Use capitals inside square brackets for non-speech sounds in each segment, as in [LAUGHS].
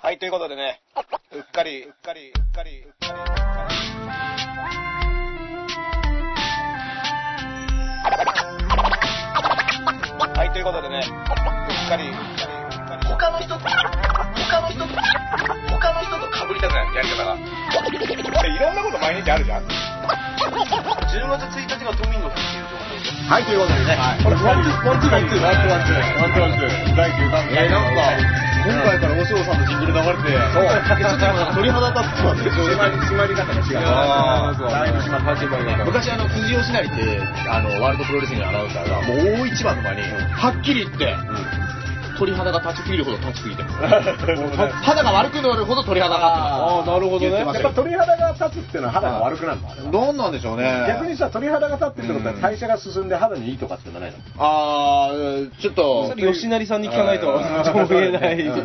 はい、ということでね、うっかり、うっかり、うっかり、うっかりうっかり。はい、ということでね、うっかり、うっかり、他のうっか人と、他の人と、他の人と被りたくないやり方が。り。いろんなこと毎日あるじゃん。 10月1日が都民の日っていうはい、ということでね、これ、ワンツー、ワンツー、ワンツー、ワンツー、ワンツー、ワンツー、ワンツー、第9弾。えーなんか今回からおしおさんのジングル流れて、そう、ちょっと今鳥肌立ってます締まり、締まり方が違う。あーだいぶ締まり方が違う。昔あの辻吉成ってあのワールドプロレスリングのアナウンサーがもう大一番の前にはっきり言って、鳥肌が立ちすぎるほど立ちすぎてます [LAUGHS] は肌が悪くなるほど鳥肌があーなるほ言どね。ってやまっしたぱ鳥肌が立つっていうのは肌が悪くなるのあれはどうなんでしょうね。逆にさ、鳥肌が立ってってことは代謝が進んで肌にいいとかってのはないのあーちょっと吉成さんに聞かないと、うん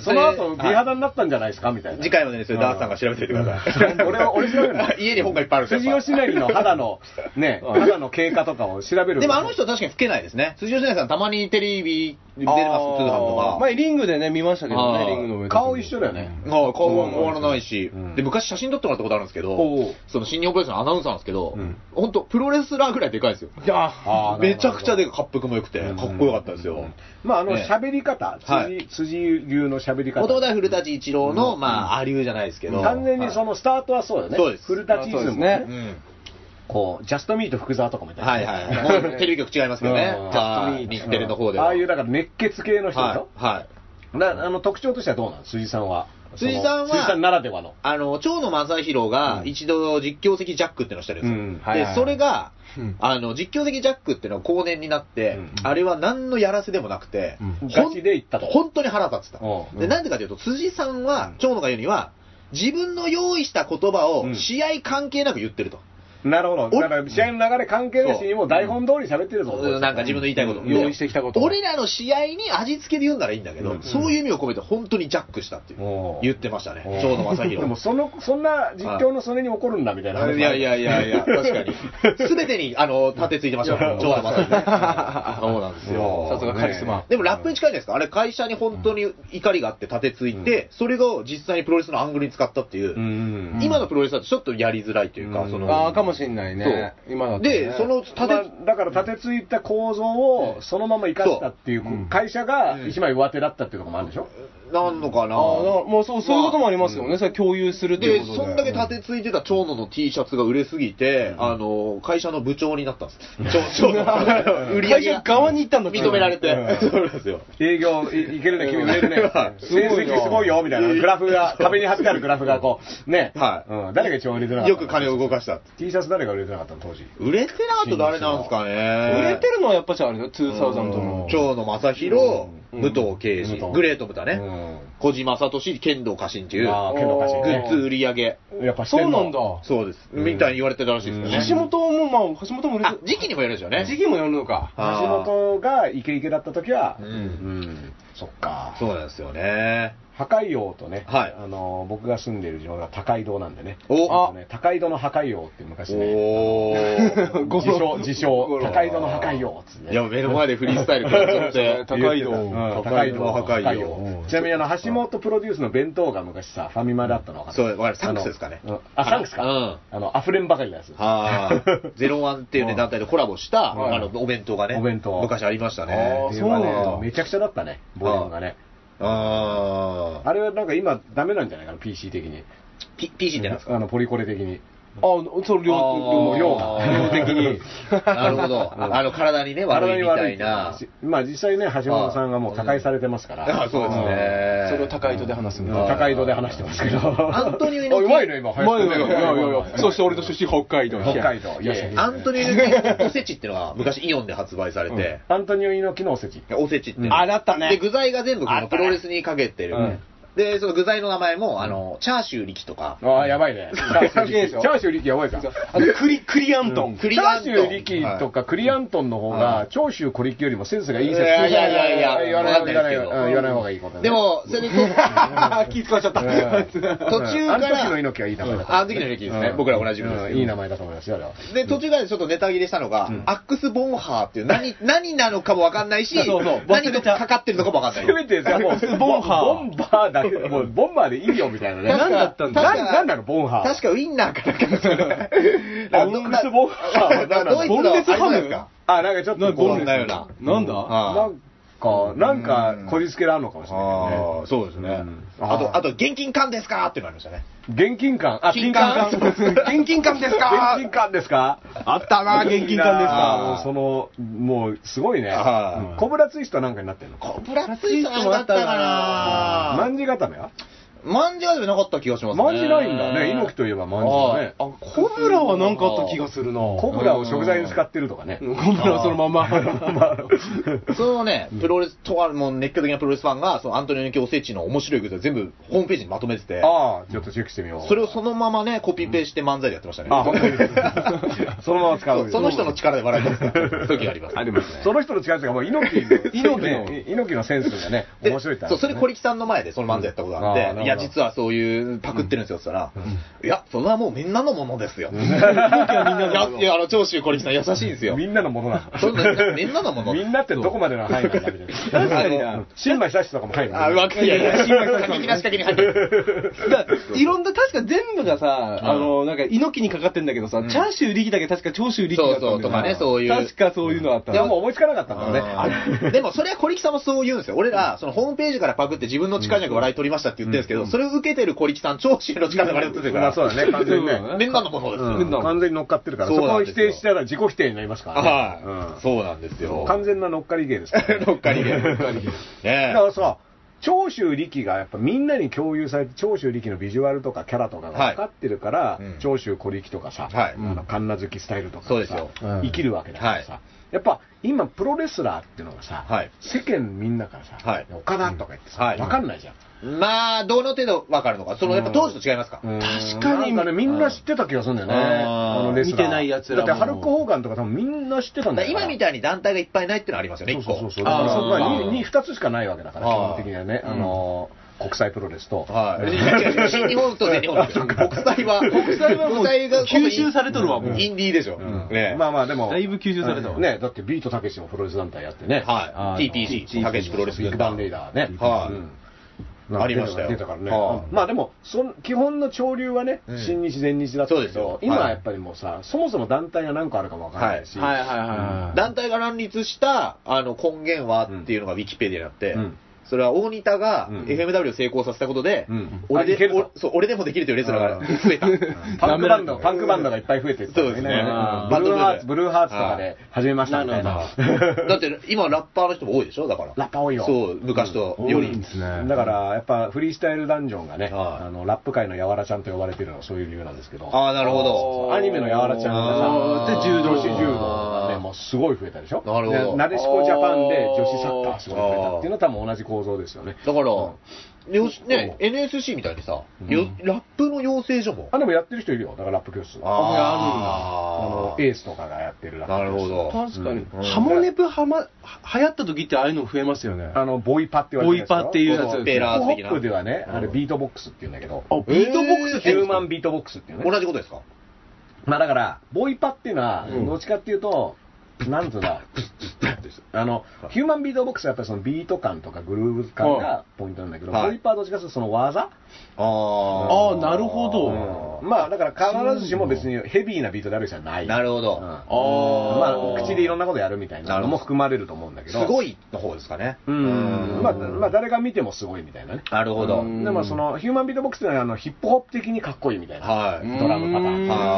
その後、美肌になったんじゃないですかみたいな。次回までねそれダースさんが調べておいてください俺は、俺調べるの。家に本がいっぱいあるんです辻よやっぱ吉成の肌の、ね、肌の経過とかを調べる。でもあの人確かに老けないですね辻吉成さんたまにテレビ出てます通販とか前リングでね、見ましたけどあね、ーリングの上で。顔一緒だよね。ああ、顔は変わらないし、うんで、昔写真撮ってもらったことあるんですけどおう、その新日本プロレスのアナウンサーなんですけど、うん本当プロレスラーぐらいでかいですよ。いやあーめちゃくちゃでかい、滑腹も良くて、うんかっこよかったですよ。まあ、あの、ね喋り方、辻、辻流の喋り方。元々は古舘一郎の、まあ、アリューじゃないですけど、完全にそのスタートはそうだよね。そうです古立ちイズムねう。ん。こう、ジャストミート福沢とかみたいな。はいはい。 [LAUGHS] もうテレビ局違いますけどね [LAUGHS] うん。はい日テレの方では。ああいう、だから熱血系の人でしはょい。はい。なあの特徴としてはどうなの辻さんは。辻さんはその辻さんならではの。あの、蝶野正宏が一度実況席ジャックってのをしたんですよ。うんはいはいはで、いそれがうん、あの、実況席ジャックってのは後年になって、うんあれは何のやらせでもなくて、うんほんガチで行ったと本当に腹立ってた。うんで、なんでかというと、辻さんは、蝶野が言うには、自分の用意した言葉をうん試合関係なく言ってると。なるほど。俺だから試合の流れ関係なしにそうもう台本通り喋ってるぞ。うんなんか自分の言いたいこと。うん用意してきたこと俺らの試合に味付けで言うんならいいんだけど、うんそういう意味を込めて本当にジャックしたっていう。おー言ってましたねおー。蝶野正でも宏。その、そんな実況のそれに怒るんだみたいな。いやいやいやいや、確かに。すべてに、あの、盾ついてましたよ、蝶野正宏ね。そうなんですよ。さすがカリスマ。でもラップに近いじゃないですか。あれ、会社に本当に怒りがあって盾ついて、それを実際にプロレスのアングルに使ったっていう、うん。今のプロレスだとちょっとやりづらいというか、うんそああ、の、かもしんないね。今だとねで、そ、の盾、まあだから立てついた構造をそのまま生かしたっていう、会社が一枚上手だったっていうところもあるんでしょ、なんのかああ、だかならもうそう、そういうこともありますよね。それ共有するっていで、うことで。そんだけ盾ついてた蝶野の T シャツが売れすぎて、あの、会社の部長になったん [LAUGHS] です。蝶野の売り上会げ社が側に行ったん [LAUGHS] だ認められてう。んそうなんですよ。営業いいけるね、君売れるねは、い成績すごいよみたいな、グラフが、壁に貼ってあるグラフがこう、ね、はいうん、誰が一番売れてなかったよくの金を動かした。 T シャツ誰が売れてなかったの、当時。売れてなかった誰なんですかね。売れてるのはやっぱしあれだよ、2000の。蝶野正宏、うん武藤敬武司、藤グレートブタね、うん小島聡、剣道家臣っていう、ああ、剣の歌詞ーグッズね。売り上げ、やっぱしてそうんのなんだ。そうです、みたいに言われてたらしいですよね。橋本も、まあ、橋本も売れあて、時期にもよるんですよね。時期もやるのか。あー橋本がイケイケだった時は、ううんん、そっか。そうなんですよね。破壊王とね、はいあの僕が住んでいる地元が高井戸なんでね。おあのね高井戸の破壊王って昔ね、おー [LAUGHS] 自称、自称五、郎高井戸の破壊王っつっていね。や、目の前でフリースタイル食らっちゃっそうでてすね。高井戸うん高井戸の破壊王高井戸の破壊王ちなみにあの、橋本プロデュースの弁当が昔さ、ファミマだったの分かそう、わかる、サンクスですかね。あのあ、サンクスか。うんあの、溢れんばかりのやつ。はあ、ゼロワンっていうね、団体でコラボした、はいあの、お弁当がね、お弁当昔ありましたあねー。っていうかねそうなんだめちゃくちゃだったね、ボリュームがね。あああれはなんか今、ダメなんじゃないかな、PC 的に。ピ PC ってなんですかあの、ポリコレ的に。あ、その両、もう量両があー量的に。なるほど。あの、体にね、悪いみたいな。まあ実際ね、橋本さんがもう他界されてますから。あそうですね。それを高井戸で話すんだ。うん高井戸で話してますけど。アントニオあう猪木まいね、今。まあいやいやいやいやいやそして俺、俺の出身北海道。北海道。いやいやアントニオ猪木のおせちってのが昔イオンで発売されて、アントニオ猪木のおせち。おせちって。あ、だったで、ね。具材が全部このプロレスにかけてる。うんで、その具材の名前も、あの、チャーシュー力とか、ああ、やばいね。チャーシュー力。チャーシュー力やばいか。あと、クリ、クリアントン。クチリャアーンシトンュー力とかクリアントンの方はが、長州小力よりもセンスがいい説いやいやいやいや言わない方がいい。言わないわかんないですけどうん言わない方がいいことねで、も、それでと、 [LAUGHS] 気使っちゃった。うん途中からあの時の猪木はいい名前だった。あの時の猪木ですねうん僕らおなじみですけどうんいい名前だと思いますよ、あれは。で、途中からちょっとネタ切れしたのが、アックス・ボンハーっていう、何、何なのかもわかんないし、そうそう忘何れちゃうとかかってるのかもわかんない。せめてさ、もう、ボンハーボンバーだだけで、もう、ボンバーでいいよ、みたいなね。確か何だったんだ確か何なの、ボンハー。確かウインナーからかな。あボンデスボンハーは何なドイのツのボンデスハかムか。あ、なんかちょっとこう、なんだよな。なんだあなんか、なんか、こじつけらあるのかもしれないね。あー、そうですね。うんあと、あと、現金缶ですかっていうのありましたね。現金感あ、金感金柑 [LAUGHS] 現金缶ですか現金感ですかあったな、現金缶ですかあー。その、もう、すごいねはい。うんコブラツイストなんかになってんのコブラツイストだったかまな。んじ固めはまんじはでもなかった気がしますね。まんじないんだね。猪木といえばまんじだね。はいあ [LAUGHS] コブラはなんかあった気がするな。ココブラを食材に使ってるとかね。ブラはそのまん [LAUGHS] ま。そのね、プロレス、とあるもう熱狂的なプロレスファンが、そのアントニオ猪木おせちの面白いグッズを全部ホームページにまとめてて、ああ、ちょっとチェックしてみよう。それをそのままね、コピペして漫才でやってましたね。あ本当に [LAUGHS] そのまま使。そううその人の力で笑い [LAUGHS] てる時があります。ありますね。その人の力というか、もう猪木 [LAUGHS] の、猪木のね猪木のセンスがね、で面白いってあるそようねそれ小力さんの前でその漫才やったことがあうんあっーて、ないるや、ほど実はそういうパクってるんですよって言ったら、いや、それはもうみんなのものですよ。いや、いやあの、長州小力さん優しいんですよ。みんなのものなそんなみんなのものの。みんなってどこまでの範囲なんだみたいな。確かになあの新馬久志とかも入るのあ、わかいやいや、過激な仕掛けに入ってる。 [LAUGHS] だからいろんな、確か全部がさ、うんあの、なんか猪木にかかってんだけどさ、チャーシュー力だけ確か長州力だったんだよそなうそうとかねそういう確かそういうのあったいや、な。もう思いつかなかったからね。うんでもそれは小力さんもそう言うんですよ。俺ら、そのホームページからパクって自分の力じゃなく笑い取りましたって言ってるんですけど、それを受けてる小力さん、長州の力で笑い取ってるかまあら、そうだね、完全にね。そうだねみんなのものですよ。うん完全に乗っかってるから、そそうこなをんです否よ定したら自己否定になりますからね。はうんい。そうなんですよ。完全な乗っかり芸ですから [LAUGHS] ね乗っかり芸乗っかり芸ねだからさ、長州力がやっぱみんなに共有されて、長州力のビジュアルとかキャラとかが分かってるから、いうん長州小力とかさ、はいあの神奈月スタイルとかそうでがすさよ、うん生きるわけだからさ、はいやっぱ今、プロレスラーっていうのがさ、はい世間みんなからさ、はい岡田とか言ってさ、はい分かんないじゃん。まあ、どの程度わかるのか。その、やっぱ当時と違いますか。確かになんかね、みんな知ってた気がするんだよね。あーあのレスラー見てない奴らもだって、ハルク・ホーガンとか多分みんな知ってたんだかだらよ今みたいに団体がいっぱいないっていうのはありますよね、そう一そ個。うそうそう。だからあーそこはそうにに二つしかないわけだから、基あー本的にはね。あのー、国際プロレスと。 [LAUGHS] はい。いや違う違う新日本と全日本ですよ。国際は、国際はもうが吸収されとるわ、うもんう。インディーでしょ。うんねまあまあ、でも。だいぶ吸収されたわね、だってビートたけしもプロレス団体やってね。はい TPC たけしプロレスビッグバンレーダーね。はいうんありましたよ出たからねは。いまあでも、そん基本の潮流はねうん、新日、前日だったそうけですよど、今ははいやっぱりもうさ、そもそも団体が何個あるかもわからないし、はいはいはいはい。団体が乱立した、あの、根源はっていうのがウィキペディアになって、うんそれは大仁田がうん FMW を成功させたことで、うん俺あいけでるとおそう、俺でもできるというレスラーが増えた。パンクバンド、パンクバンドがいっぱい増えていったんだよそうですねうんブルーハーバツ、ンドブブルルーーハハーーツツとかで始めましたみたいな。だって今ラッパーの人も多いでしょだから。ラッパー多いよそう、昔とより。ねだから、やっぱフリースタイルダンジョンがね、はいあのラップ界のやわらちゃんと呼ばれてるのはそういう理由なんですけど、ああ、なるほそど。うアニメのやわらちゃんがあさ、ーで柔道女子柔道がね、もうすごい増えたでしょ。なるほどでなでしこジャパンで女子サッカーすごい増えたっていうのは多分同じ構造ですよね。だから、うんよしね、NSC みたいにさ、よラップの養成所も。あ、でもやってる人いるよ。だからラップ教室。ああの、エースとかがやってるラップ教な室るほど。確かにうん。ハモネプはま、は流行った時ってああいうの増えましたよね。あの、ボイパって言われてるやつだろボイパっていうやつこのオペラーホ的なップではね、あれビートボックスって言うんだけど、あビートボックスヒューマンビートボックスっていうね。同じことですかまあだから、ボイパっていうのは、うんどっちかっていうと、なんつうんだ、あの、ヒューマンビートボックスはやっぱりそのビート感とかグルーヴ感がポイントなんだけど、はいボイパはどっちかというとそのあ技、あーなるほどうんまあだから必ずしも別にヘビーなビートであるじゃない。なるほほど。あーまあ口でいろんなことやるみたいなのも含まれると思うんだけすど。ごい。いの方ですかね。うん。まあ、まあ、誰が見てもすごいみたいなね。なるほど。うんでもそのヒューマンビートボックスっていうのはあのヒップホップ的にかっこいいみたいな。はい。ドラムパターンうー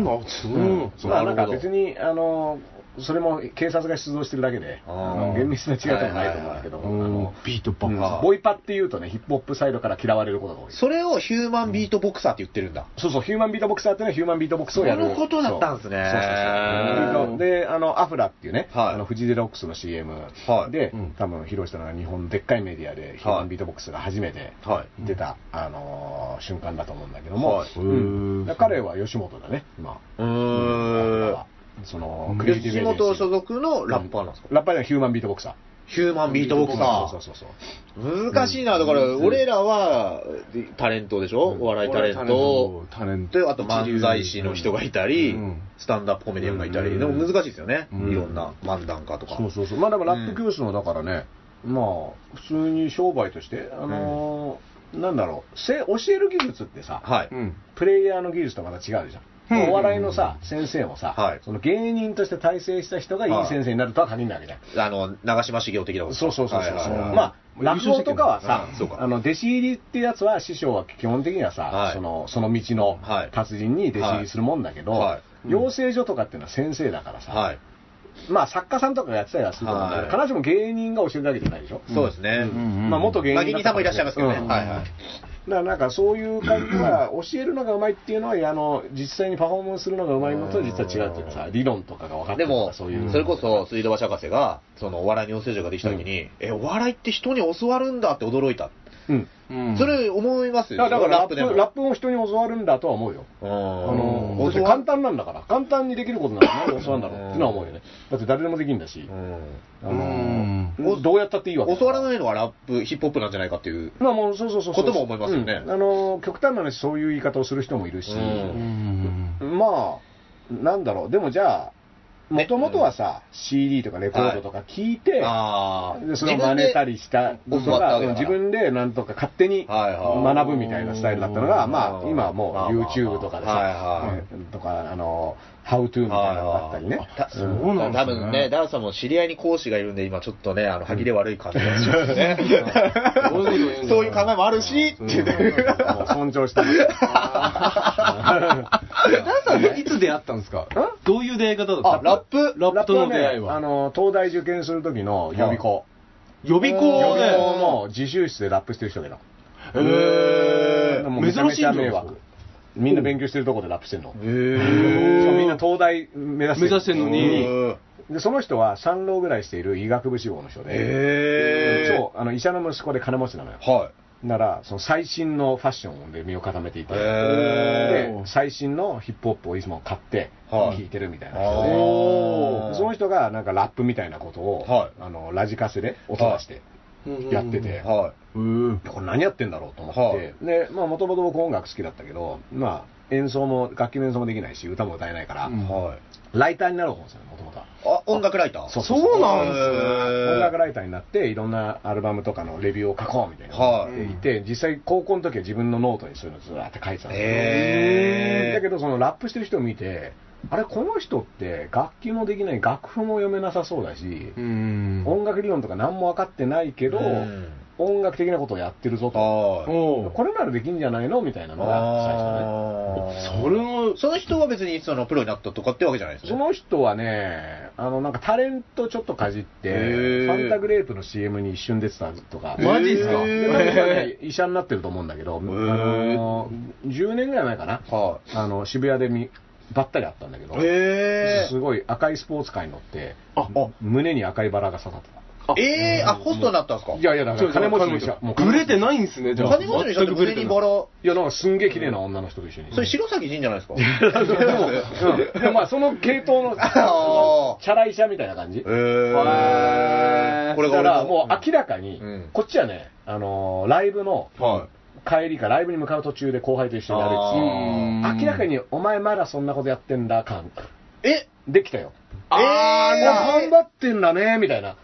んあそううんそうまあななるほどんか別に、あの、それも警察が出動してるだけで、ああーの厳密な違いとかないと思うんだけど、あはいはいはいのビートボックスうんボイパっていうとね、ヒップホップサイドから嫌われることが多い。それをヒューマンビートボクサーって言ってるんだ。そうそう、ヒューマンビートボクサーっていうのはヒューマンビートボックスをやる。そのことだったんですねそうそうそうで、あの、アフラっていうね、はいあのフジデロックスの CM はいでうん、多分披露したのが日本でっかいメディアで、ヒューマンビートボックスが初めては出た、あのー、瞬間だと思うんだけどもはいうへーん、だから彼は吉本だね、今。うーん。その、クリエイティ吉ブエージェンシー本所属のラッパーなんですかラッパーではヒューマンビートボクサー。ヒューマンビートボクサそうそうそうそー。難しいな。だから、俺らは、タレントでしょお笑いタレント。タレントで、あと漫才師の人がいたりうん、スタンダップコメディアンがいたり。でも難しいですよね。いろんな漫談家とか。う。そうそうそう。まあでもラップ教室もだからね、まあ、普通に商売として、あのーなんだろうせ教える技術ってさ、はい。うん。プレイヤーの技術とまた違うじゃんうんお笑いのさ、先生もさ、はいその芸人として大成した人がいい先生になるとは限らないわけじゃん。あの、長嶋茂雄的なこと。そうそうそうそう。はいはいはいまあ、落語とかはさうんそう、かあの、弟子入りってやつは師匠は基本的にははさい、その、その道のはい達人に弟子入りするもんだけはどい、養成所とかっていうのは先生だからさ、はい。まあ作家さんとかがやってたりはすると思うんだけど、はい必ずしも芸人が教えるだけじゃないでしょ。そうですね。んまあ元芸人まだあ芸人さったらんもいらっしゃいますけどね。うんはいはい。だからなんかそういう感じは教えるのがうまいっていうのはあの実際にパフォーマンスするのがうまいのと実は違うっていうかさ理論とかが分かっでてるとも、かそそういうれこそ、水道橋博士が、その、お笑いの養成所ができた時に、え、お笑いって人に教わるんだって驚いた。うんうんそれ思いますいよやだからラップでも。ラップを人に教わるんだとは思うようんあの教わだって簡単なんだから簡単にできることならなんで教わるんだろうっていうのは思うよねだって誰でもできるんだしうあのうどうやったっていいわけん教わらいないのがラップ、ヒップホップなんじゃないかっていう。まあもうそうそうそうそうことも思いますよねうんあの極端な話そういう言い方をする人もいるしうんうんまあ、なんだろう、でもじゃあ、もねともとはさ、CD とかレコードとか聞いて、ああ。でそれを真似たりしたこ自分でとが、教わったわけだから自分でなんとか勝手にはいはい学ぶみたいなスタイルだったのが、うんまあ、今まはもあうまあ YouTube とかでさ、はいはいうんとか、あの、How to みたいなのがあったりね。たうんそうなんで多すね分ね、ダーさんも知り合いに講師がいるんで、今ちょっとね、あの、歯切れ悪い感じがしますね。どういうこと言うんだろ [LAUGHS] うそういう考えもあるし、っていうね。もう尊重してる。ダンさんいつ出会ったんですかどういう出会い方だったあ、ラップラップとのね出会いあは。の、東大受験する時の予備校。予備校予備校で。の自習室でラップしてる人だけど。へもうーめちゃ珍めしちいゃん迷だ惑。みんな勉強してるとこでラップしてるの。へぇしかもみんな目東大目指してる指してんのに。でその人は三浪ぐらいしている医学部志望の人で、へぇそうあの医者の息子で金持ちなのよう。はい。ならその最新のファッションで身を固めていて、へで最新のヒップホップをいつも買ってはい聴いてるみたいな人で、おでその人がなんかラップみたいなことを、はいあのラジカセで音出してやってて、はこれ何やってんだろうと思って、でまあもともと僕音楽好きだったけどまあ演奏も楽器の演奏もできないし歌も歌えないから、うい。んはい。ライターになろうと思うんですよもともとは。あ、音楽ライターそうそうなんですへー音楽ライターになっていろんなアルバムとかのレビューを書こうみたいなのをはいやっていて、実際高校の時は自分のノートにそういうのずらーって書いてたんへーだけどそのラップしてる人を見てあれこの人って楽器もできない楽譜も読めなさそうだし、うん。音楽理論とか何も分かってないけど、うん音楽的なことをやってるぞと、はい。おうこれならできんじゃないのみたいなのがあーそれも、その人は別にそのプロになったとかってわけじゃないです最初ねそね。の人はねあのなんかタレントちょっとかじっへてーファンタグレープの CM に一瞬出てたとかマジっすかでへーまあ今ね医者になってると思うんだけど、あの10年ぐらい前かな、はあの渋谷でみばったり会ったんだけど、い。へすごい赤いスポーツカーに乗って、あ、胸に赤いバラが刺さってた。あぇえー、あ、ホストになったんですかいやいや、だから金持ちの医者、もうブ金持レちてないんすね、じゃあ。金持ちの人って全くブレ胸てになバ。いラ。いや、なんかすんげえ綺麗な女の人と一緒に。それ白崎仁じゃないですかうんでもまあ、その系統 [LAUGHS] の、あーチャラ医者みたいな感じ。えーこれが俺だからのもう明らかに、うんこっちはね、あのーライブのはい帰りか、ライブに向かう途中で後輩と一緒にあー歩いてうんて明らかにお前まだそんなことやってんだ感、えできたよ。あえーー頑な張ってんだね、みたいな。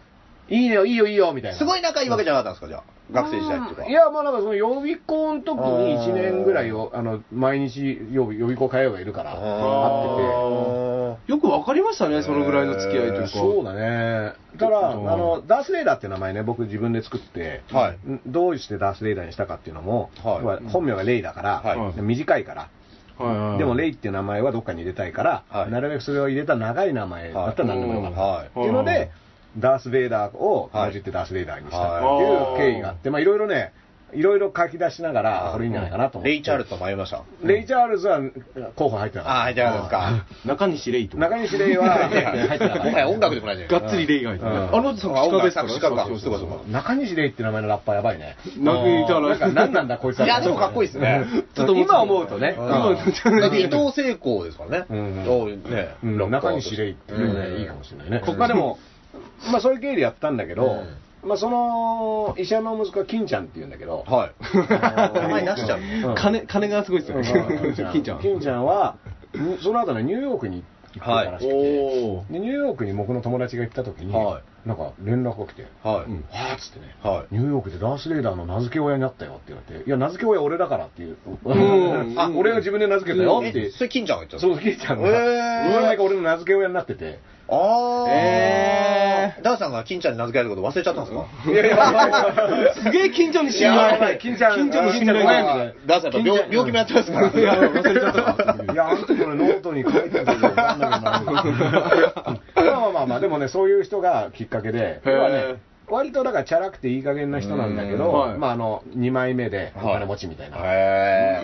いいよ、いいよ、いいよ、みたいな。すごい仲いいわけじゃなかったんですかじゃあ学生時代っていうかいや、まあなんかその予備校の時に1年ぐらいを、あの、毎日予備予備校通うがいるから、会ってて。あよくわかりましたね、そのぐらいの付き合いというか。そうだね。ただ、あの、ダースレーダーって名前ね、僕自分で作って、はいんどうしてダースレーダーにしたかっていうのも、はい要本名がレイだから、はい短いから、はいはいはいでもレイっていう名前はどっかに入れたいから、はいなるべくそれを入れた長い名前だったら何でもよかった。はいっていうのはいで、ダース・ベイダーをはい混じってダース・ベイダーにしたっていう経緯があって、まあいろいろね、いろいろ書き出しながら、これいいんじゃないかなと思って。レイ・チャールズと迷いましたレイチャールズは候補入ってなあかあっじゃないですか中西レイとた。。中西レイ [LAUGHS] はも入ってなかはや音楽でもないじゃないですがっつりレイが入ってる。うんあの人あ作音詞家楽ですか作詞家らかそうそうそうそうかそうった。中西レイって名前のラッパーやばいね。中西だなんか何なんだこいつは。いやでもかっこいいですねちょっと今思うとね。かだって伊藤聖光ですからねうんおうねうんロックア中ウト西レイっていうのね、うんいいかもしれないね。うんまあでも、まあそういう経緯でやったんだけど、うまあその医者の息子は金ちゃんっていうんだけど、はい名前出しちゃううん金、金がすごいですよね。金ちゃん。金ちゃんは、んその後ね、ニューヨークに行ってたらしくて、おーでニューヨークに僕の友達が行った時に、はなんか連絡が来て、はいうん、わーっつってね、はニューヨークでダース・レーダーの名付け親になったよって言われて、いや、名付け親俺だからっていう、んあ俺が自分で名付けたよっていえう、それ金ちゃんが言った。そうう、キーちゃんが、へー占いが俺の名付け親になってて、あー。えーダーさんが金ちゃんに名付けられること忘れちゃったんですかいやいや、すげえ近所に信いややば頼い近所近所に信頼あーが近所ダーさんやっぱ病病気もやってますから。や忘 [LAUGHS] れちゃったかいや、あの時これノートに書いてたけど、なんだけどな [LAUGHS] まあまあまあ、でもね、そういう人がきっかけで、へー要はね、割とだからチャラくていい加減な人なんだけど、うんはいまああの、2枚目でおはい金持ちみたいな、へ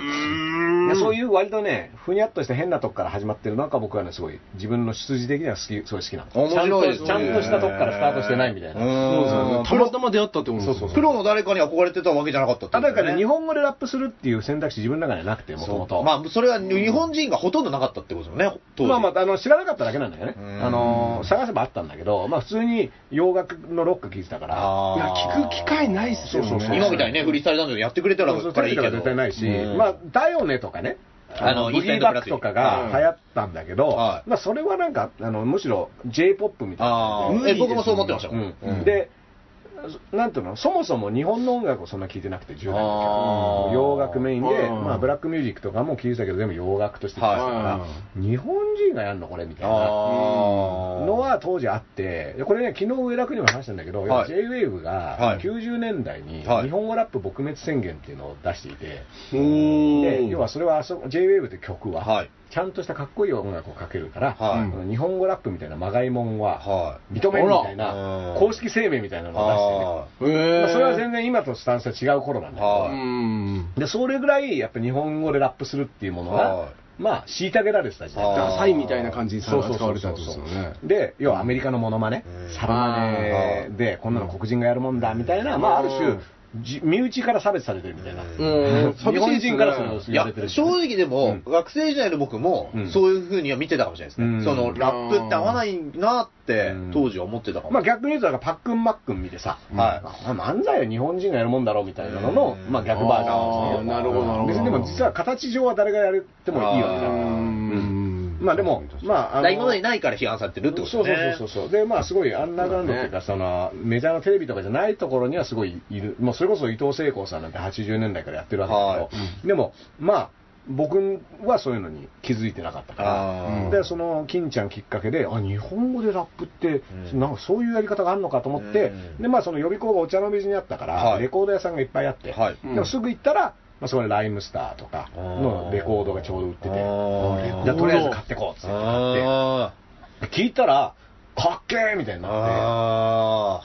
いやそういう割とね、ふにゃっとした変なとこから始まってるのが僕はね、すごい、自分の出自的には好き、すごい好きなのー。面白いですね。ちゃんとしたとこからスタートしてないみたいなうんらたまたま出会ったって思うんですよそうプロの誰かに憧れてたわけじゃなかったってことあだですねからね、日本語でラップするっていう選択肢自分の中にはなくて、もともそうと。まあ、それは日本人がほとんどなかったってことですよね、当時。まあまあ、あの知らなかっただけなんだよねう、んあの探せばあったんだけど、まあ、普通に洋楽のロック聴いてたから、あーいや聞く機会ないっすよねそうそうそう今みたいにね、フリースタイルダンジョンやってくれてるそうそうからいいけど。テレビとか絶対ないし、うんまあ、だよねとかね、あのブギーバックとかが流行ったんだけど、うんはいまあ、それはなんか、あのむしろ J−POP みたいあなあ、感じでえ僕もそう思ってましたよ。うんで、なんていうの、そもそも日本の音楽をそんな聴いてなくて、10代あーの時は洋楽メインで、うんまあ、ブラックミュージックとかも聴いてたけど、全部洋楽として聴いてたからは、日本人がやるの、これみたいな。ああ。のは当時あって、これね、昨日上楽にも話したんだけど、はい JWAVE はがい90年代に日はい本語ラップ撲滅宣言っていうのを出していて、おーで要はそれはあそ JWAVE って曲は、はいちゃんとしたかっこいい音楽をかけるから、はいうん日本語ラップみたいなまがいもんはは認めるみたいあらうな、ん。公式声明みたいないのをあ出へしてね、ーまあそれは全然今とスタンスは違う頃なんだけど、はういんでそれぐらいやっぱ日本語でラップするっていうものが、はいまあ虐げられてた時代はいダサいみたいな感じにさそうそう扱そわうれそたうんですよねで要はアメリカのモノマネうんサブマネでこんなの黒人がやるもんだみたいな、まあ、ある種じ身内から差別されてるみたいな、うんうん日本人からそれをい言やわれてる、し正直でも、うん学生時代の僕もうん、そういうふうには見てたかもしれないですね。うんその、ラップって合わないなってうん、当時は思ってたかも。まあ、逆に言うとだからパックンマックン見てさ、はいあ漫才は日本人がやるもんだろうみたいなのの、うんまあ、逆バージョンですねあーなるほどなるほど別にでも実は形上は誰がやってもいいわけだかうらんまあでもまあだかあら今までにないから批判されてるってことそうですね。そうそうそうでまあすごいアンダーグラウンドっていうかそのメジャーのテレビとかじゃないところにはすごいいるもうそれこそ伊藤聖光さんなんて80年代からやってるわけですけど、でもまあ僕はそういうのに気づいてなかったからあーでその金ちゃんきっかけであ日本語でラップって、うんなんかそういうやり方があるのかと思って、うんでまあその予備校がお茶の水にあったから、はいレコード屋さんがいっぱいあって、はいでもすぐ行ったら、まあ、そこにライムスターとかのレコードがちょうど売っててあーじゃあとりあえず買ってこうっつって買って。あ聞いたら、かっけーみたいーになっあー。て。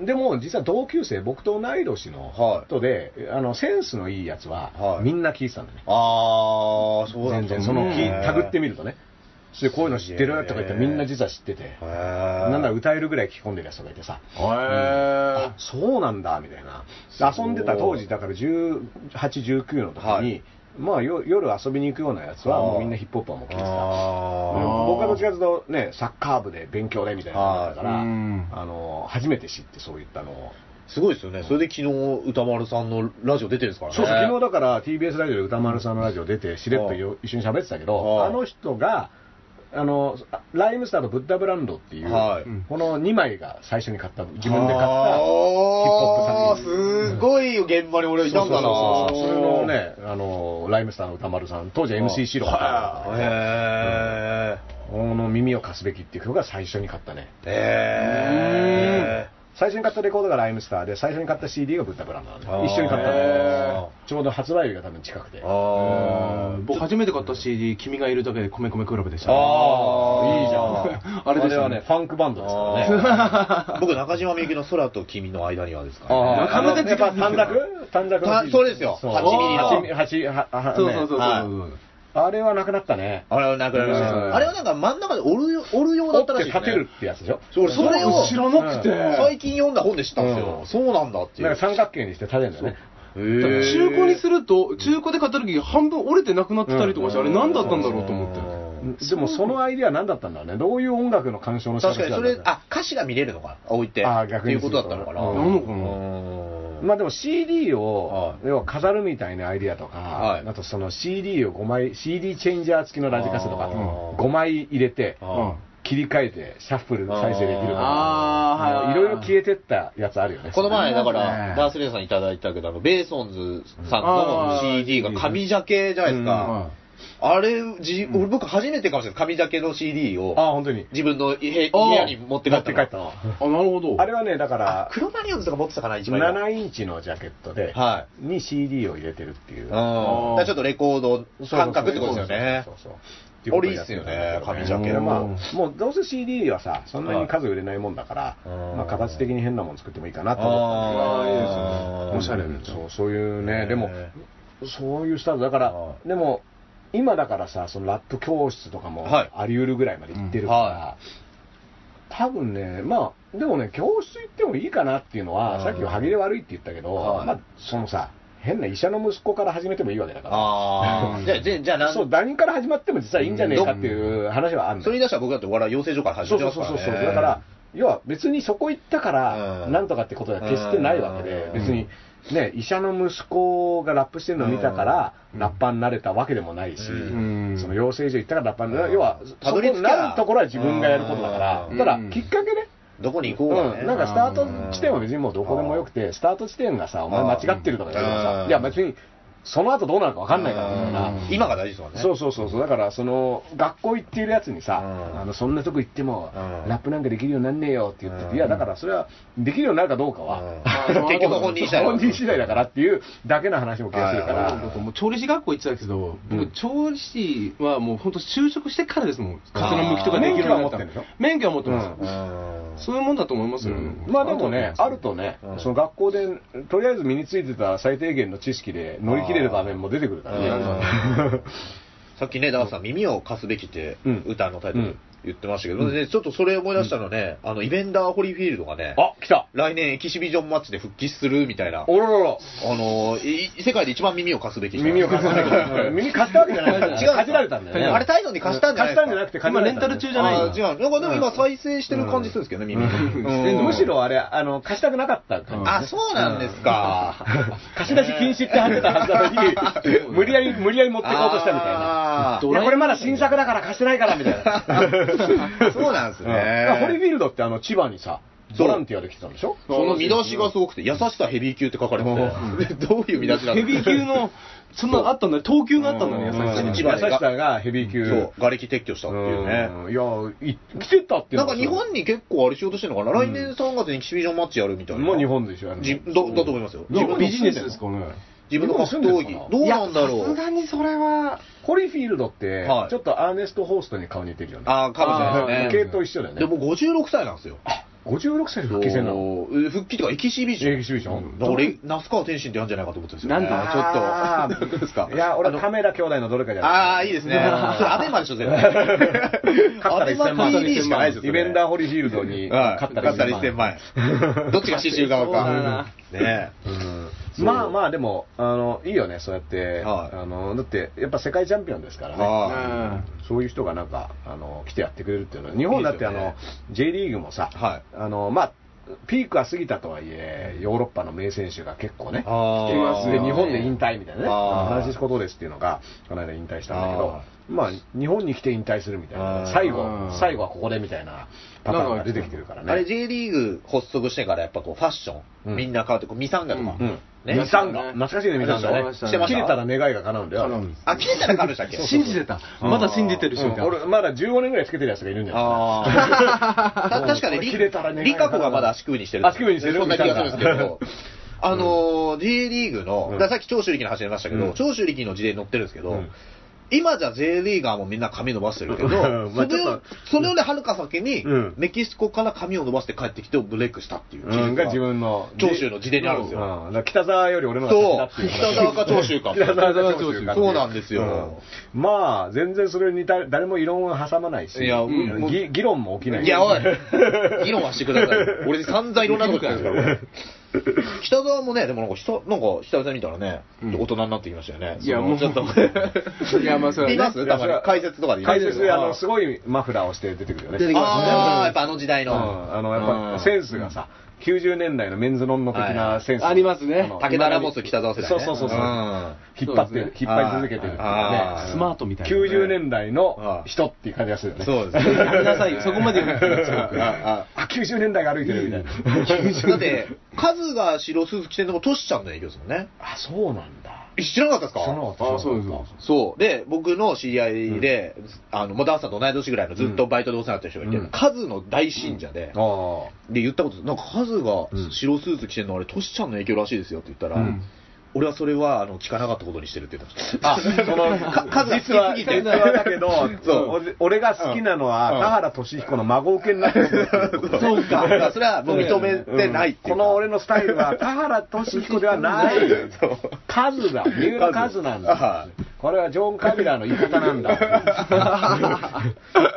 で、でも実は同級生、僕と同い年のはい人で、あのセンスのいいやつは、はいみんな聞いてたんだね。ああ、そうだっ全た然、その、うん聞いたぐってみるとね。そしてこういうの知ってるとか言って、へーみんな実は知ってて。ななんだ歌えるぐらい聞き込んでるやつとかいてさ、へあそうなんだみたいなすご、い遊んでた当時、だから18、19の時に、はいまあよ夜遊びに行くようなやつは、あーもうみんなヒップホップはもう聞いてた。あ僕はどっちかというとね、サッカー部で勉強でみたいなだから、はいうんあの初めて知ってそういったのを、ーすごいですよね。それで昨日、歌丸さんのラジオ出てるんですからね。そうそう、昨日だから TBS ラジオで歌丸さんのラジオ出て、しれっとよ一緒に喋ってたけど、はいあの人が、あのライムスターとブッダブランドっていう、はいうんこの2枚が最初に買った、自分で買ったあヒップホッープ作品。すごい現場に俺いたんだなそうそうそうそうそれの。ね、あのライムスターの歌丸さん、当時は MC シローだったんだけどへこの耳を貸すべきっていう曲が最初に買ったね。え。へえ。最初に買ったレコードがライムスターで、最初に買った CD がブッダブランドなんであー、一緒に買ったへんだーちょうど発売日が多分近くて。あ僕初めて買った CD、君がいるだけで米米クラブでした。あーいいじゃ [LAUGHS] ん。あれですよねはね、ファンクバンドですからね。あ。[LAUGHS] 僕、中島みゆきの空と君の間にはですからね。あなかなかのやっぱ短冊短冊のたそうですよそう8ミリの8はは [LAUGHS] そうそうそうそう。ねはあれはなくなったね。あれはなくなりましたねう。んあれはなんか真ん中で折るよ折るようだ折っったらしいてですね。立てるってやつでしょ。そうそれを知らなくて。最近読んだ本で知ったんですよ。うんそうなんだっていなんうか。三角形にして立てるんだよね。中古にするると、中古で買った時半分折れてなくなってたりとかして、うあんれ何だったんだろうと思って。でもそのアイディア何だったんだろうね。どういう音楽の鑑賞の仕方確かにそれ、あ、歌詞が見れるのかな置いて。あー逆にっていうことだったのかな。うなんのうーかんまあでも CD は、を要は飾るみたいなアイディアとか、はいあとその CD を5枚、CD チェンジャー付きのラジカセとか、あー5枚入れて、あ切り替えてシャッフル再生できるとあーか、はいいろいろ消えてったやつあるよね。この前、だから、ねダースレイさんいただいたけど、あの、ベーソンズさんあのー CD が紙ジャケじゃないですか。あれ、じ俺僕初めてかもしれない。紙ジャケの CD をあ、本当に。自分の部あー部屋に持って帰持っってた帰のっ。たの。あ、なるほど。あれはね、だから、クロマニオンズとか持ってたかな、一枚。 7インチのジャケットで、はに CD を入れてるっていう。うん。だからちょっとレコード感覚ってことですよねそ。うそうそうこれいいっすよね紙ジャケうんまあ、うんもうどうせ CD はさ、そんなに数売れないもんだから、うんまあ、形的に変なもん作ってもいいかなとあー思ったんですけど、いいですねそうそういうね、でも、そういうスタイルだから、うでも、今だからさ、そのラップ教室とかもはいあり得るぐらいまで行ってるから、うんは多分ね、まあ、でもね、教室行ってもいいかなっていうのは、うんさっき歯切れ悪いって言ったけど、はいまあ、そのさ、変な医者の息子から始めてもいいわけだから。あ [LAUGHS] あ。じゃあ、じゃあじゃあなん、そう、ダニから始まっても実はいいんじゃねえかっていう話はあるのそれに出したら僕だってお笑い養成所から始そめうてそうますかそうらそね。う。だから、要は別にそこ行ったから、うんなんとかってことは決してないわけでう、ん別に、ね、医者の息子がラップしてるのを見たから、うんラッパーになれたわけでもないし、うんその養成所行ったからラッパーになれうん要は、たどり着そきこにゃなるところは自分がやることだから、うんただう、んきっかけね、どこに行こうがねうん、なんかスタート地点は別にもうどこでもよくて、スタート地点がさ、お前間違ってるとか言うからうさ、んいや別に、その後どうなるかわかんないからみたいなうん。今が大事ですもんね。そうそうそうそうだからその学校行っているやつにさ、うんあのそんなとこ行っても、うんラップなんかできるようになんねえよって言ってて、うんいやだからそれはできるようになるかどうかは、うん結局本人次第本人次第だからっていうだけの話も気がするかはいら、はいはい僕もう調理師学校行ってたけど、うん僕、調理師はもう本当、就職してからですもん、カツラむきとかできるようになったの免許は持ってんでしょ免許は持ってます、うんそういうもんだと思いますよ、うんまあでもね、あるとね、うんその学校でとりあえず身についてた最低限の知識で乗り切れる場面も出てくるからね。 [LAUGHS] さっきね、ダースさん、耳を貸すべきってうん歌のタイトうルん言ってましたけど、ねちょっとそれ思い出したのね、あの、イベンダー・ホリーフィールドがね、あ来た来年エキシビジョンマッチで復帰するみたいな、あおろろろのー、い世界で一番耳を貸すべき人耳を貸した [LAUGHS] 耳貸したわけじゃない違う [LAUGHS] 貸せられたんだよね。あれタイトルに貸したんじゃない貸したんじゃなくて今、レンタル中じゃないあのー違う。なんかでも今再生してる感じするんですけどね、耳。うんむしろあれ、あの、貸したくなかった感じ。あ、そうなんですか。貸し出し禁止って貼ってたはずな [LAUGHS] のに、無理やり、無理やり持ってこうとしたみたいな。あーどいや、これまだ新作だから貸してないから、みたいな。そうなんですうんホリね。ーフィールドってあの、千葉にさ、ボランティアで来てたんでしょその見出しがすごくて、優しさヘビー級って書かれてて、 [LAUGHS] どういう見出しなんヘビー級の、そんなのあったんだね、等級があったんだね、うん優し優千しさに。葉でさがヘビー級。そう、瓦礫撤去したっていうね。うんいや、い来てたっていうなのんかが日本に結構あれ仕事してるのかな、来年3月にエキシビジョンマッチやるみたいな。もう日本でしょ。あのじどだと思いますよ。な自んか分ビジネスですかね。自分の格闘技。日本どうなんだいやろさうす。がにそれは、ホリーフィールドっては、いちょっとアーネスト・ホーストに顔似てるよね。ああ、かもしれないです系ね。統一緒だよね。でも56歳なんですよ。 56歳で復帰戦なのそうえ復帰とかエキシビジョン。エキシビジョンだから俺、那須川天心ってやんじゃないかと思ってるんですよ。なんだあーちょっと。どうですかいや、俺、カメラ兄弟のどれかじゃない。ああ、いい [LAUGHS] ですね。それアベマでしょ、 [LAUGHS] 絶対。アベマ TV しかないですよ。それイベンダーホリーフィールドにはい勝った勝ったり1000万円。どっちが刺繍側か。ねえうんまあまあ、でも、あの、いいよね、そうやって。はいあの、だって、やっぱ世界チャンピオンですからね。はそういう人がなんか、あの、来てやってくれるっていうのは、日本だって、いいあですよのね、 J リーグもさ、はいあの、まあ、ピークは過ぎたとはいえ、ヨーロッパの名選手が結構ね、あー来てますで日本で引退みたいなね、あーフランシスコ・トーレスっていうのが、この間引退したんだけどあ、まあ、日本に来て引退するみたいあな、ー最後、最後はここでみたいなパターンが出てきてるからいね。あれ J リーグ発足してからやっぱこうファッショうんン、みんな買うとこうミサンガとかうん。ねミサンガ。懐かしいね、ミサンガあねり。ましたねしてました切れたら願いが叶うんだよ。叶うんですあ、切れたら買うでしたっけ信じてた。まだ信じてうる瞬ん間。俺、まだ15年ぐらいつけてるやつがいるんじゃない [LAUGHS] ああ。確かに、切れたらねリカコがまだ足首にしてる。足首にしてるそんな気がするんですけど。あのー、J リーグの、うんだからさっき長州力の走りましたけうんど、長州力の事例に載ってるんですけど、うん今じゃ J リーガーもみんな髪伸ばしてるけど、 [LAUGHS] うんまあそれちょっよとそれよりはるか先に、うんメキシコから髪を伸ばして帰ってきてブレイクしたっていう事うん、実が自分の。長州の事例にあるんですよ。うんだから北沢より俺の方そがう先だ北ってい、沢か長州か。 [LAUGHS] 北沢が長州かってい [LAUGHS] そうなんですよ。うんまあ、全然それにた誰も異論は挟まないし、いやうんうんもうぎ議論も起きない。いや、 [LAUGHS] おい、議論はしてください。俺散々いろんなこと言ってるんですから、俺北沢もね、でもなんか、ひたなんか久々に見たらね、うん大人になってきましたよね。いやそのもうちょっと。いやまあそれはね見ますたまに解説とかで言いま解すけど説で、あの、すごいマフラーをして出てくるよね。出てきますねああ、やっぱあの時代うんの。あの、やっぱセンスがさ、 90年代のメンズノンノ的なセンス。ありますねの武田ラモス北沢世代ねそうそうそうそう。うん引っ張ってそる、うです引っ張り続けてるっていうあね。ースマートみたいな。 90年代のあー人っていう感じがするよね。そうですやめ [LAUGHS] なさいよ。そこまで言うんですよ。 [LAUGHS] ああ、90年代が歩いてるみたいな。だって、カズが白スーツ着てるのもトシちゃんの影響ですもんね。あ、そうなんだ。え知らなかったですかそのあそうですそうそう。で、僕の知り合いで、あの、もうダンサーと同い年ぐらいのずっとバイトでお世話になってる人がいて、うんカズの大信者で、あで、言ったこと、なんかカズがうん白スーツ着てるのあれ、トシちゃんの影響らしいですよって言ったら、うん俺はそれは、あの、聞かなかったことにしてるって言ってました。 [LAUGHS] あ、そ [LAUGHS] の、か数が好きす実は、ぎ実てはだけど、そう俺俺が好きなのは、うん田原俊彦の孫受けになってる。そうか。それはもう認めてないっていうこか。の俺のスタイルは、田原俊彦ではない。数だ。三浦数なんだは。これはジョン・カビラーの言い方なんだ。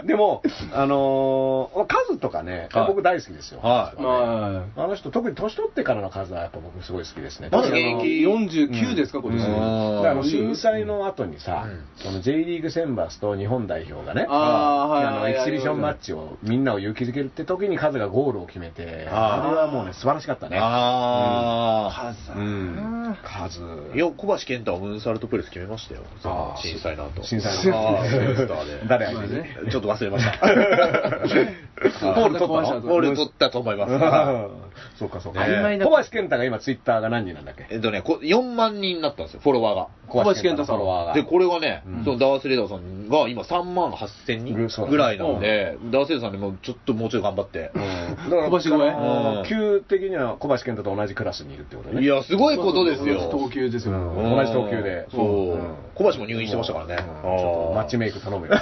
でも、あのー、数とかね、はい僕大好きですよ。はい [LAUGHS] まあの人、特に年取ってからの数はやっぱ僕すごい好きですね。まあ、だ現役49ですか、今うん年。だからあの震災うん。の後にさ、うんその J リーグ選抜と日本代表がね、あーはいあのはいエはいキシビションマッチをみんなを勇気づけるって時にカズがゴールを決めて、ああーれはもうね、素晴らしかったね。あ数うん、カズ。あ。いや、小橋健太はムーンサルトプレス決めましたよ。そのあー震災の後。震災の [LAUGHS] 後あーそうですかあれ [LAUGHS] 誰相手にちょっと忘れま [LAUGHS] した。ゴール取ったのボール取ったと思います。 [LAUGHS] はいそうかそうか。ねえ小橋健太が今ツイッターが何人なんだっけえっとね、こ4万人になったんですよ、フォロワ小橋健太フさんォロワーが。ーで、が。これがね、うんそのダース・レーダーさんが今3万8000うんそ人うだねぐらいなんで、ダース・レーダーさんでもうちょっともうちょい頑張って。うんだから小橋超えあのうん級的には小橋健太と同じクラスにいるってことね。いや、すごいことです東よ。急ですうよ。ん同じ東急でそううん。小橋も入院してましたからね。うんちょっとマッチ目。メイク頼むよ。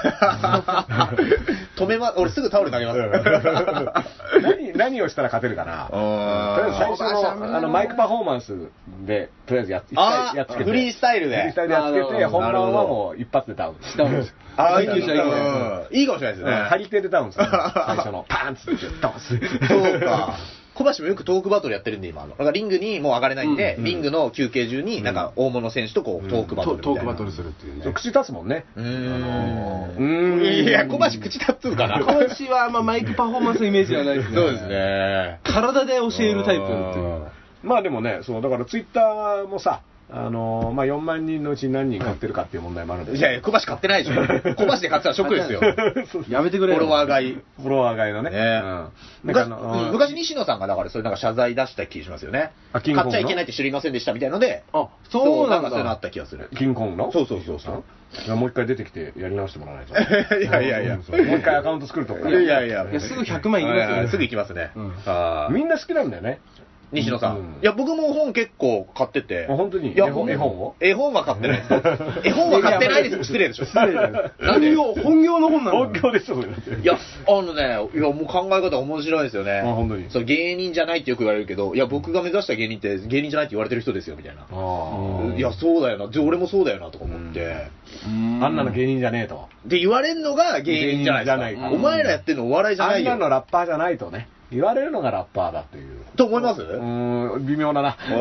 止めま、俺すぐタオル投げます。何何をしたら勝てるかな。とりあえず最初のあのマイクパフォーマンスで、とりあえずやっ [LAUGHS] 一あ回ーやっつけて。フリースタイルでフリースタイルやっつけて、なるほ本ど番はもう一発でダウン。下もああ、いいいいかもでししょれいないですね。いいでしょいかもしれないですうんね。張り手でダウンする。最初のパーンっつって、ドンっつってそうか。 [LAUGHS] 小橋もよくトークバトルやってるんで、今。なんかリングにもう上がれないんで、うんリングの休憩中に、なんか大物選手とこう、トークバトルみたいな。トークバトルするっていうそうね。口立つもんね。うーん。うーんいや、小橋口立つかな。今年はあんまマイクパフォーマンスのイメージはないですね。そうです。ね。体で教えるタイプっていう。まあでもね、そう、だからツイッターもさ、あのーまあ4万人のうち何人買ってるかっていう問題もあるんで。いやい [LAUGHS] や、小橋買ってないでしょ。小橋で買ってたらショックですよ。やめてフくれォよ。ロワー買い。フォロワー買いのね。ねうん。昔あのうん昔、西野さんがだからそういうなんか謝罪出した気しますよね。買あっちキングコングのゃいけないって知りませんでしたみたいので、あ、そうなんかそういうのあっだ。た気がする。キングコングのそうそうそうそういやもう一回出てきてやり直してもら [LAUGHS] わないと。いやいやいや。もう一回アカウント作るとか。いやいやいや。いやすぐ100万いきますよねははすぐ行きますねうん。あーみんな好きなんだよね。西野さん、うんいや、僕も本結構買ってて。あ本当にいや、絵本絵本を絵本は買ってない [LAUGHS] です。絵本は買ってないです。失礼でしょ。失礼本業、本業の本なの東京でしょ、それだって。いや、あのね、いや、もう考え方面白いですよね。あ本当にそう、芸人じゃないってよく言われるけど、いや、僕が目指した芸人って、芸人じゃないって言われてる人ですよ、みたいな。あいや、そうだよな。じゃあ俺もそうだよな、とか思って。あ。あんなの芸人じゃねえと。で、言われるのが芸人じゃないですか。芸人じゃないお前らやってるのお笑いじゃあなんいなのよ。ラッパーじゃないとね。言われるのがラッパーだっていう。と思いますうーん、微妙だな。う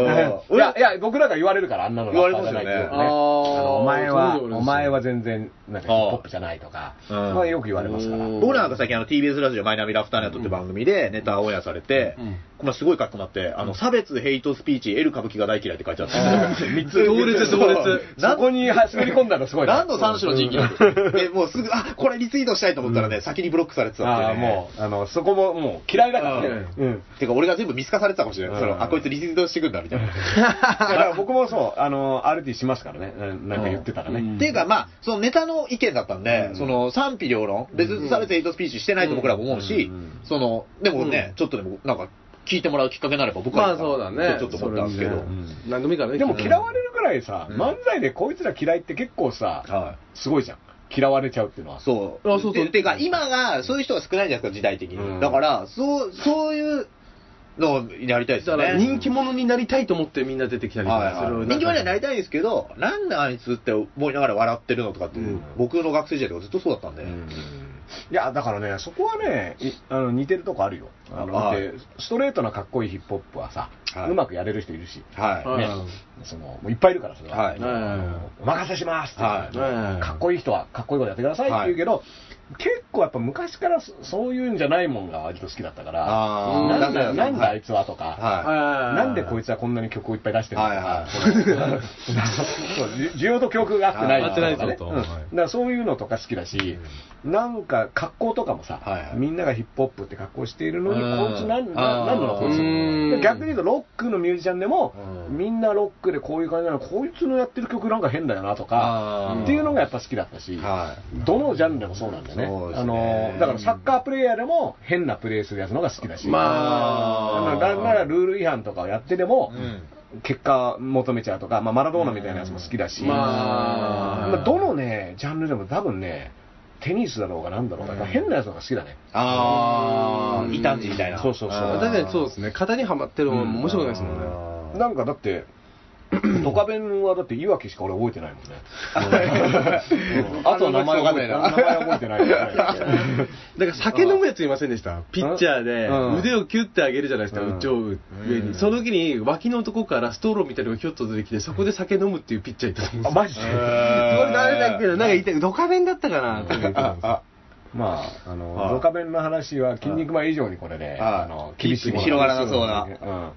[LAUGHS] いんや、いや、僕らが言われるから、あんなのラッパーじゃないってい言われますようねああーのお前は、そうですよお前は全然、なんかヒップホップじゃないとか、うんまあよく言われますから。うん僕らなんか最近あの TBS ラジオマイナビラフターナイトって番組でネタオンエアされて、まあすごいかっこなって、あの、差別、ヘイトスピーチ、エル歌舞伎が大嫌いって書いてあった。三つ。強烈強烈そなこに滑り込んだのすごいな [LAUGHS] 何の三種の人気なん [LAUGHS] で、もうすぐ、あ、これリツイートしたいと思ったらね、先にブロックされてたあってあ、いうね。もう、あの、そこももう嫌いだからね。うん。てか俺が全部見透かされてたかもしれない。うんそのあ、こいつリツイートしてくんだ、みたいな。だから僕もそう、あの、RT しますからね。うんなんか言ってたらね。うんっていうか、まあ、そのネタの意見だったんで、うんその賛否両論、別に差別ヘイトスピーチしてないと僕らも思うし、うんうんその、でもね、ちょっとでも、なんか、聞いてもらうきっかけになれば僕は、まあそうだねちょっと思ったんですけど。それうにねん何でもいいからね。でも嫌われるぐらいさ、うん漫才でこいつら嫌いって結構さ、はい。すごいじゃん。嫌われちゃうっていうのは。そう。あそうそてうてか、今が、そういう人が少ないじゃないですか、時代的に。うんだから、そう、そういうのをやりたいですだよから人ね。気者になりたいと思ってみんな出てきたりとはいかするはい、人気者にはなりたいですけど、なんであいつって思いながら笑ってるのとかって、うん僕の学生時代とかずっとそうだったんで、うんいや、だからね、そこはね、いあの似てるとこあるよ。あのあだってストレートなかっこいいヒップホップはさ、うまくやれる人いるし、はい。はいねそのもういっぱいいるから、それは、はいはお任せしますって、はいはいかっこいい人はかっこいいことやってくださいって言うけど、結構やっぱ昔からそそういうんじゃないもんが割と好きだったから、あなあ、んだなんだあいつ。つはとか、はなんでこいつつはこんなに曲をいっぱい出してるのか、はいはいそのそう需要と供給が合ってないはいとか合ってなねいぞとうんはいだからそういうのとか好きだし、なんか格好とかもさ、はいはいみんながヒップホップって格好しているのに、うんこいつなんあーななんなのこいつうんで逆に言うとロックのミュージシャンでも、うんみんなロックでこういう感じなのこいつのやってる曲なんか変だよなとあかーっていうのがやっぱ好きだったし、はいどのジャンルでもそうなんだよねそうですねあのだからサッカープレーヤーでも変なプレーするやつのが好きだし、まあのあなんならルール違反とかをやってでも、うん結果求めちゃうとか、まあ、マラドーナみたいなやつも好きだし、うんまあまあどのね、ジャンルでも多分ね、テニスだろうがなんだろうが、うんやっぱ変なやつの方が好きだね。あうあ、ん異端児みたいな。そうそうそう確かにそうですね型にはまってるのも面白くないですもん [LAUGHS] ねねなんかだ [CLEARS THROAT] って、ドカベンはだっていわきしか俺覚えてないもんね。うんあとは名前覚えてない。名前覚えてないよ [LAUGHS] ね。だから酒飲むやついませんでしたピッチャーでうん腕をキュッて上げるじゃないですか、うんうちを上に、うんその時に脇のとこからストローみたいなのがひょっと出てきてそこで酒飲むっていうピッチャーいたと思うんですあ、よマジでへーそれ誰だっけななんか言ってドカベンだったかなとか言ってたんですよあ、まあ、あはの、いドカベンの話は筋肉マン以上にこれで、はいあの、厳しいもの。広がらなそうな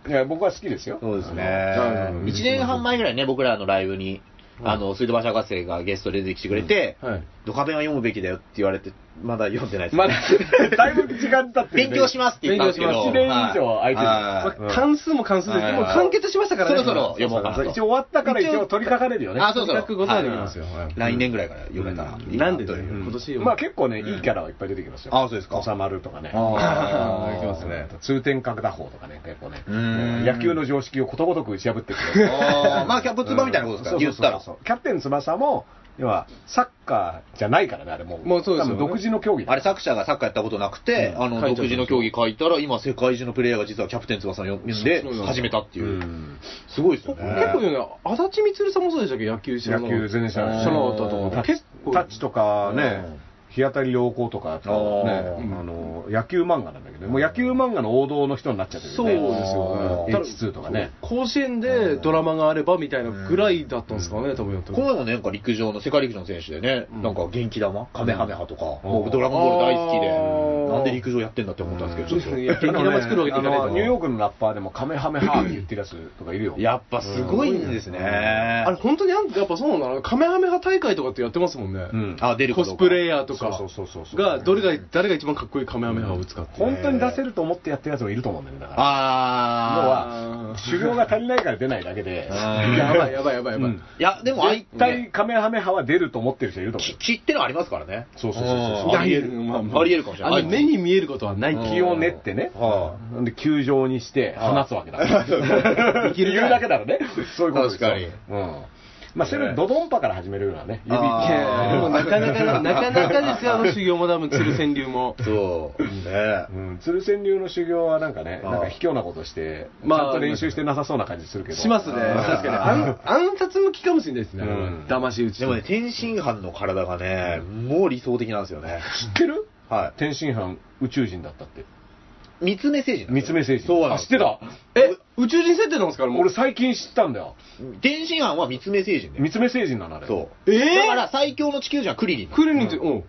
うん。いや、僕は好きですよ。そうですあね。の1年半前ぐらいね、僕らのライブに、あの、水道橋博士がゲストで出てきてくれて、はいドカベンは読むべきだよって言われて、まだ読んでないです。まだ、 [LAUGHS] だいぶ時間経ってるね勉強しますって言ったんですけど、 1年以上空いてる。はまあいうん関数も関数ですはけいどもう完結しましたからねそろそろ読今もうかなそうと。一応終わったから一応取り掛かれるよね。あ、そうそう。書くことはできますよはい来年ぐらいから読めたらいいななんでとだいよう。今年まあ結構ね、いいキャラはいっぱい出てきますよ。あそうですか収まるとかね。あーいきますね。通天閣打法とかね、結構ね。うーん野球の常識をことごとく打ち破ってくれる。あーまあ、キャップツバみたいなことですかうん言ったら。そうそうそうそうキャプテン翼も、要は、サッカーじゃないからね、あれも。もうそうですよね多分独自の競技あれ作者がサッカーやったことなくて、うんあの書独いちゃった自の競技書いたら、今世界中のプレイヤーが実はキャプテン翼を読んでそうそう始めたってういう。ん。すごいですよ結構ね。ね足立みつるさんもそうでしたっけ野球知ら野なかった球全然知らない。知らなかったと思うタッチ結構タッチとかね、日当たり良好とか、ね、あーの、野球漫画なんだけど、もう野球漫画の王道の人になっちゃってるよね。そうですようねん H2 とかね。甲子園でドラマがあればみたいなぐらいだったんですかね多分やってるこの前もね、なんか陸上の、世界陸上の選手でね、なんか元気玉カメハメハとか、うん僕ドラゴンボール大好きあで、ーなんで陸上やってんだって思ったんですけど、ちょっいや元気玉作るわけにいかないあとのニューヨークのラッパーでもカメハメハって言ってるやつとかいるよと。。やっぱすごいんですね。あれ本当にあんやっぱそうなのカメハメハ大会とかってやってますもんね、うん。あ、出るコスプレイヤヤーとかそうそうそうそうがどれが誰が一番かっこいいカメハメハを打つかっていう本当に出せると思ってやってるやつもいると思うんだよねだから。ああー修行が足りないから出ないだけで。やばいやばいやばいやばい、うんー。いや、でもあい、絶対カメハメハは出ると思ってる人いると思うき。気ってのありますからね。そうそうそうそううんありえるまあまありえるかもしれないあの目に見えることはない気を練ってね、はなんで球状にして放つわけだ [LAUGHS] から、理由だけだろね、そういうことですよ確うんまあ、それをドドンパから始めるようなね、指いやでもなかなかなかなかですよあの修行も多分鶴川流もそう。ねうん、鶴仙流の修行はなんかね、あーなんか卑怯なことして、まあちゃんと練習してなさそうな感じするけど。しますね確かに暗暗殺向きかもしれないですね、うん騙し討ちでもね、天津飯の体がね、もう理想的なんですよね。知ってるは天津飯宇宙人だったって。い。三つ目星人。三つ目星人。そうなんあ、で知っすてよたえ宇宙人設定なんですかあれも俺最近知ったんだよ。天津飯は三つ目星人だよ三つ目星人なのあれ。そう。えーだから最強の地球人はクリリン。クリリンってうん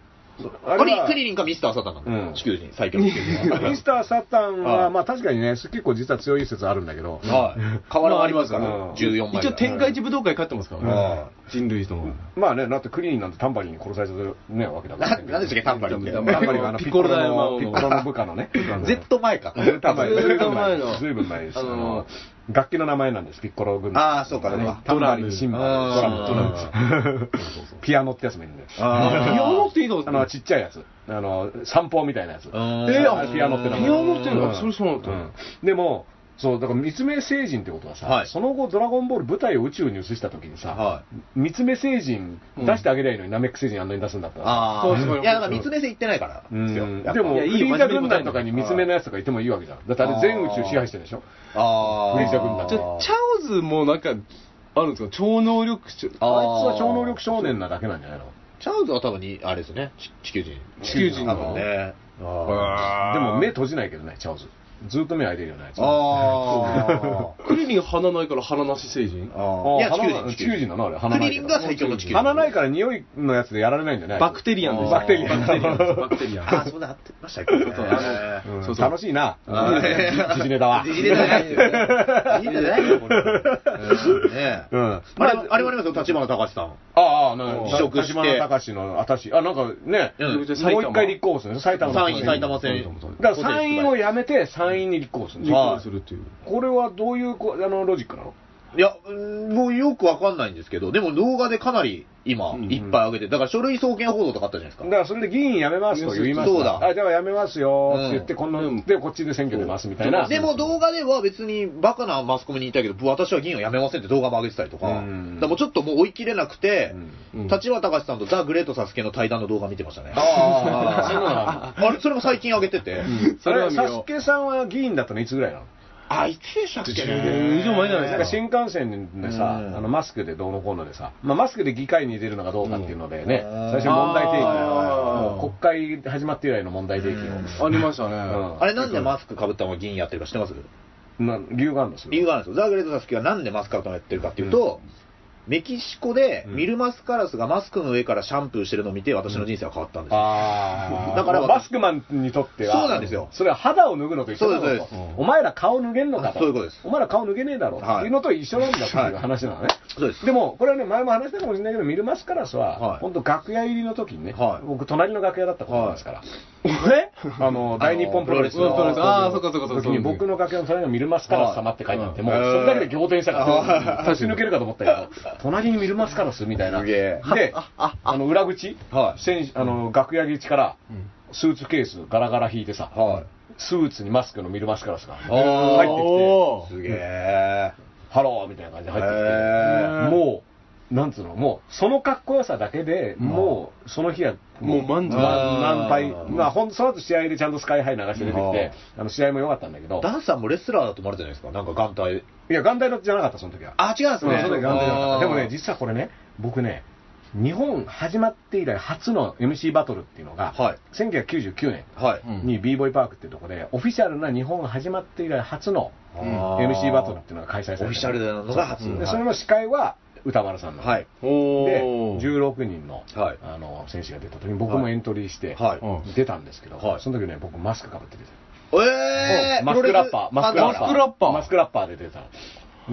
あクれリはクリリンかミスターサタンなんだようん地球人、最強の地球 [LAUGHS] 人は。ミスター・サタンはは、いまあ確かにね、結構実は強い説あるんだけど、はい。変わらまあなあいりでますすか [LAUGHS] からら、ね14枚ぐらい。一応天下一武道会勝ってますからね、は人類とも、まあね、だってクリーンなんてタンバリンに殺されたね、わけだかなら。なんでしたっけ、タンバリンって。タンタンバリンはあの、ピピッコッコロロだよの、まあピッコロの部下のね。 Z 前か。タンバリンずいぶん前のずいぶん前です。ああのの、楽器の名前なんです、ピッコロ軍団。ああ、そうか、そうか。タンバリン、シンあバル、ドラム。ピアノってやつもいるんだよ。ピアノっていいのあの、ちっちゃいやつ。あの、散歩みたいなやつ。ーえーあピアノって名前ピアノっていうのうんはそれそうなんだ、うんでも、そう、だから三つ目星人ってことはさ、はいその後ドラゴンボール舞台を宇宙に移した時にさ、は三つ目星人出してあげりゃいいのに、ナメック星人あんなに出すんだったら。あそうそうあ。いや、だから三つ目星行ってないからうですよ。んやっぱでも、フいやいいよリーザ軍団とかに三つ目のやつとかいてもいいわけじゃん。だってあれ全宇宙支配してるでしょああ。フリーザ軍団じゃあチャオズもなんかあるんですか超能力者ああーいつは超能力少年なだけなんじゃないのチャールズは多分に、あれですよね、ち地球人。地球人多な分のね。でも目閉じないけどね、チャオズ。ずっと目開いてるようなやつ。ああクリリン鼻ないから鼻なし成人あいや鼻地球人地球な地人球人なのあれ、鼻ないクリリンかがら。最強の地球人鼻ないから匂いのやつでやられないんじゃないバクテリアンですよバクテリアンバクテリアンですバクテリアンあ、そうだ、合ってましたっけねそうあうんそうそう楽しいな。あー時事ネタは。の時事ネタないよね。時事ネタないよ、これ。うんねえうん。ああれ、あれもありますよ、立花隆さん。あ、なん辞職して立花隆の、あたし、あ、なんかね、うんもう一回立候補するんですよ埼玉の参院埼玉選だから参院を辞めて、参院に立候補するんですよはい離婚するっていうこれはどういうこあのロジックなのいや、うんもうよくわかんないんですけど、でも動画でかなり今、うんいっぱい上げて、だから書類送検報道とかあったじゃないですかだ。からそれで議員辞めますと言いますそうだあ、じゃあ辞めますよって言って、うんこんな、うんで、こっちで選挙出ますみたいな。でも動画では別にバカなマスコミに言いたいけど、私は議員を辞めませんって動画も上げてたりとか、うんだからもうちょっともう追い切れなくて、うん立花隆さんとザ・グレート・サスケの対談の動画見てましたね。あーそうなのあれ、それも最近上げてて、そそれれはは見サスようケさんは議員だったのいつぐらいなのあ、いつでしたっけ10年以上前じゃないなんかですか新幹線でさ、うんあのマスクでどうのこうのでさ、まあ、マスクで議会に出るのかどうかっていうのでね、うん最初問題提起あーもう国会始まって以来の問題提起を、ありましたねうんあれなんでマスクかぶったまま議員やってるか知ってますな理由があるんですよ理由があるんですよ。ザ・グレート・サスケはなんでマスクかぶったままやってるかっていうと、メキシコでミルマスカラスがマスクの上からシャンプーしてるのを見て私の人生は変わったんですよ。あーだからもうマスクマンにとっては、そうなんですよそれは肌を脱ぐのと一緒だそうろですとそうですお前ら顔脱げんのかと、そういうことですお前ら顔脱げねえだろはいっていうのと一緒なんだっていう話なのね、そうですでも、これはね、前も話したかもしれないけど、ミルマスカラスは、はい本当、楽屋入りの時にね、はい僕、隣の楽屋だったことなんですから、あの大日本プロレスプロレスあーそっかそっかそっか時に僕の楽屋の隣がミルマスカラス様って書いてあって、もうそれだけで仰天したかうら、ん差し抜けるかと思ったけど、隣にミルマスカラスみたいな。すげでえ、あの裏口、はい選手あの楽屋口からスーツケースガラガラ引いてさ、はいスーツにマスクのミルマスカラスがあー入ってきすて、げえ。ハローみたいな感じで入ってきて、へーもう、なんつうの、もう、そのかっこよさだけで、もう、その日は、もう満足満杯あーまあ、ほんと、その後試合でちゃんとスカイハイ流して出てきて、あの試合も良かったんだけど、ダンさんもレスラーだと思われてないですかなんか眼帯。いや、眼帯のじゃなかった、その時は。あ、違うんですそうね。その時眼帯じゃなかった。でもね、は実はこれね、僕ね、日本始まって以来初の MC バトルっていうのが、はい1999年はい。うんに b ボーイパークっていうところで、オフィシャルな日本始まって以来初のあー MC バトルっていうのが開催されてオフィシャルなのが初。ではいそれの司会は歌丸さんなの、はい。でおお16人の,、はいあの選手が出た時に僕もエントリーして、はい出たんですけど、はいその時ね僕マスクかぶって出てえーマスクラッパーマスクラッパーマスクラッパーマスクラッパーで出てた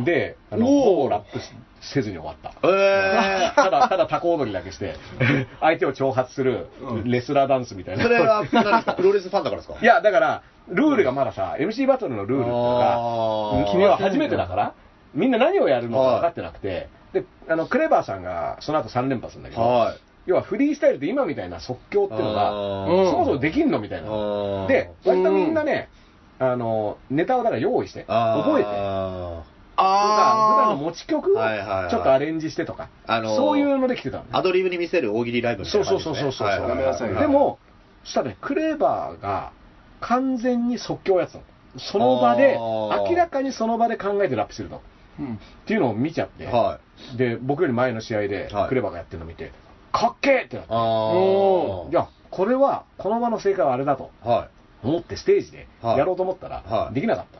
であのおーほぼラップせずに終わったプロレスえただただタコ踊りだけして [LAUGHS] 相手を挑発するうんレスラーダンスみたいーな、それは、何ですかプロレスファンだからですかいやだからルールがまださ MC バトルのルールっていうのあがー君は初めてだからみんな何をやるのか分かってなくて、であのクレバーさんがその後3連発するんだけど、はい。要はフリースタイルって今みたいな即興っていうのが、あーそもそもできんのみたいな。あーで、割とみんなね、あの、ネタをだから用意して、あー覚えて、とか普段の持ち曲をはいはいはいちょっとアレンジしてとか、あのーそういうので来てたのねアドリブに見せる大喜利ライブみたいそうなそ感うじそですね。うそうそう。はいはいはいやめなさいよでも、そしたらね、クレーバーが完全に即興やってたの。その場で、あー明らかにその場で考えてラップしてるの。っていうのを見ちゃって、はい。で、僕より前の試合ではいクレバーがやってるの見て、かっけえってなって。あおーいや、これは、この場の正解はあれだとはい。思って、ステージではいやろうと思ったはら、いできなかった。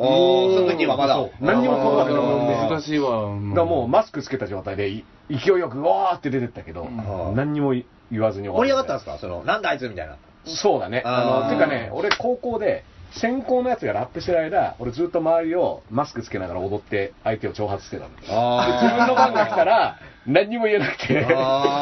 おーその時はまだそう。何にも言葉が出てこなくて難しいわだからもうマスクつけた状態で、い勢いよく、うわーって出てったけど、ん何にも言わずに盛り上がったんですかかその、なんだあいつみたいな。そうだね。ああーの、てかね、俺高校で、先行のやつがラップしてる間、俺ずっと周りをマスクつけながら踊って、相手を挑発してたの。あ自分の番が来たら、何にも言えなくて、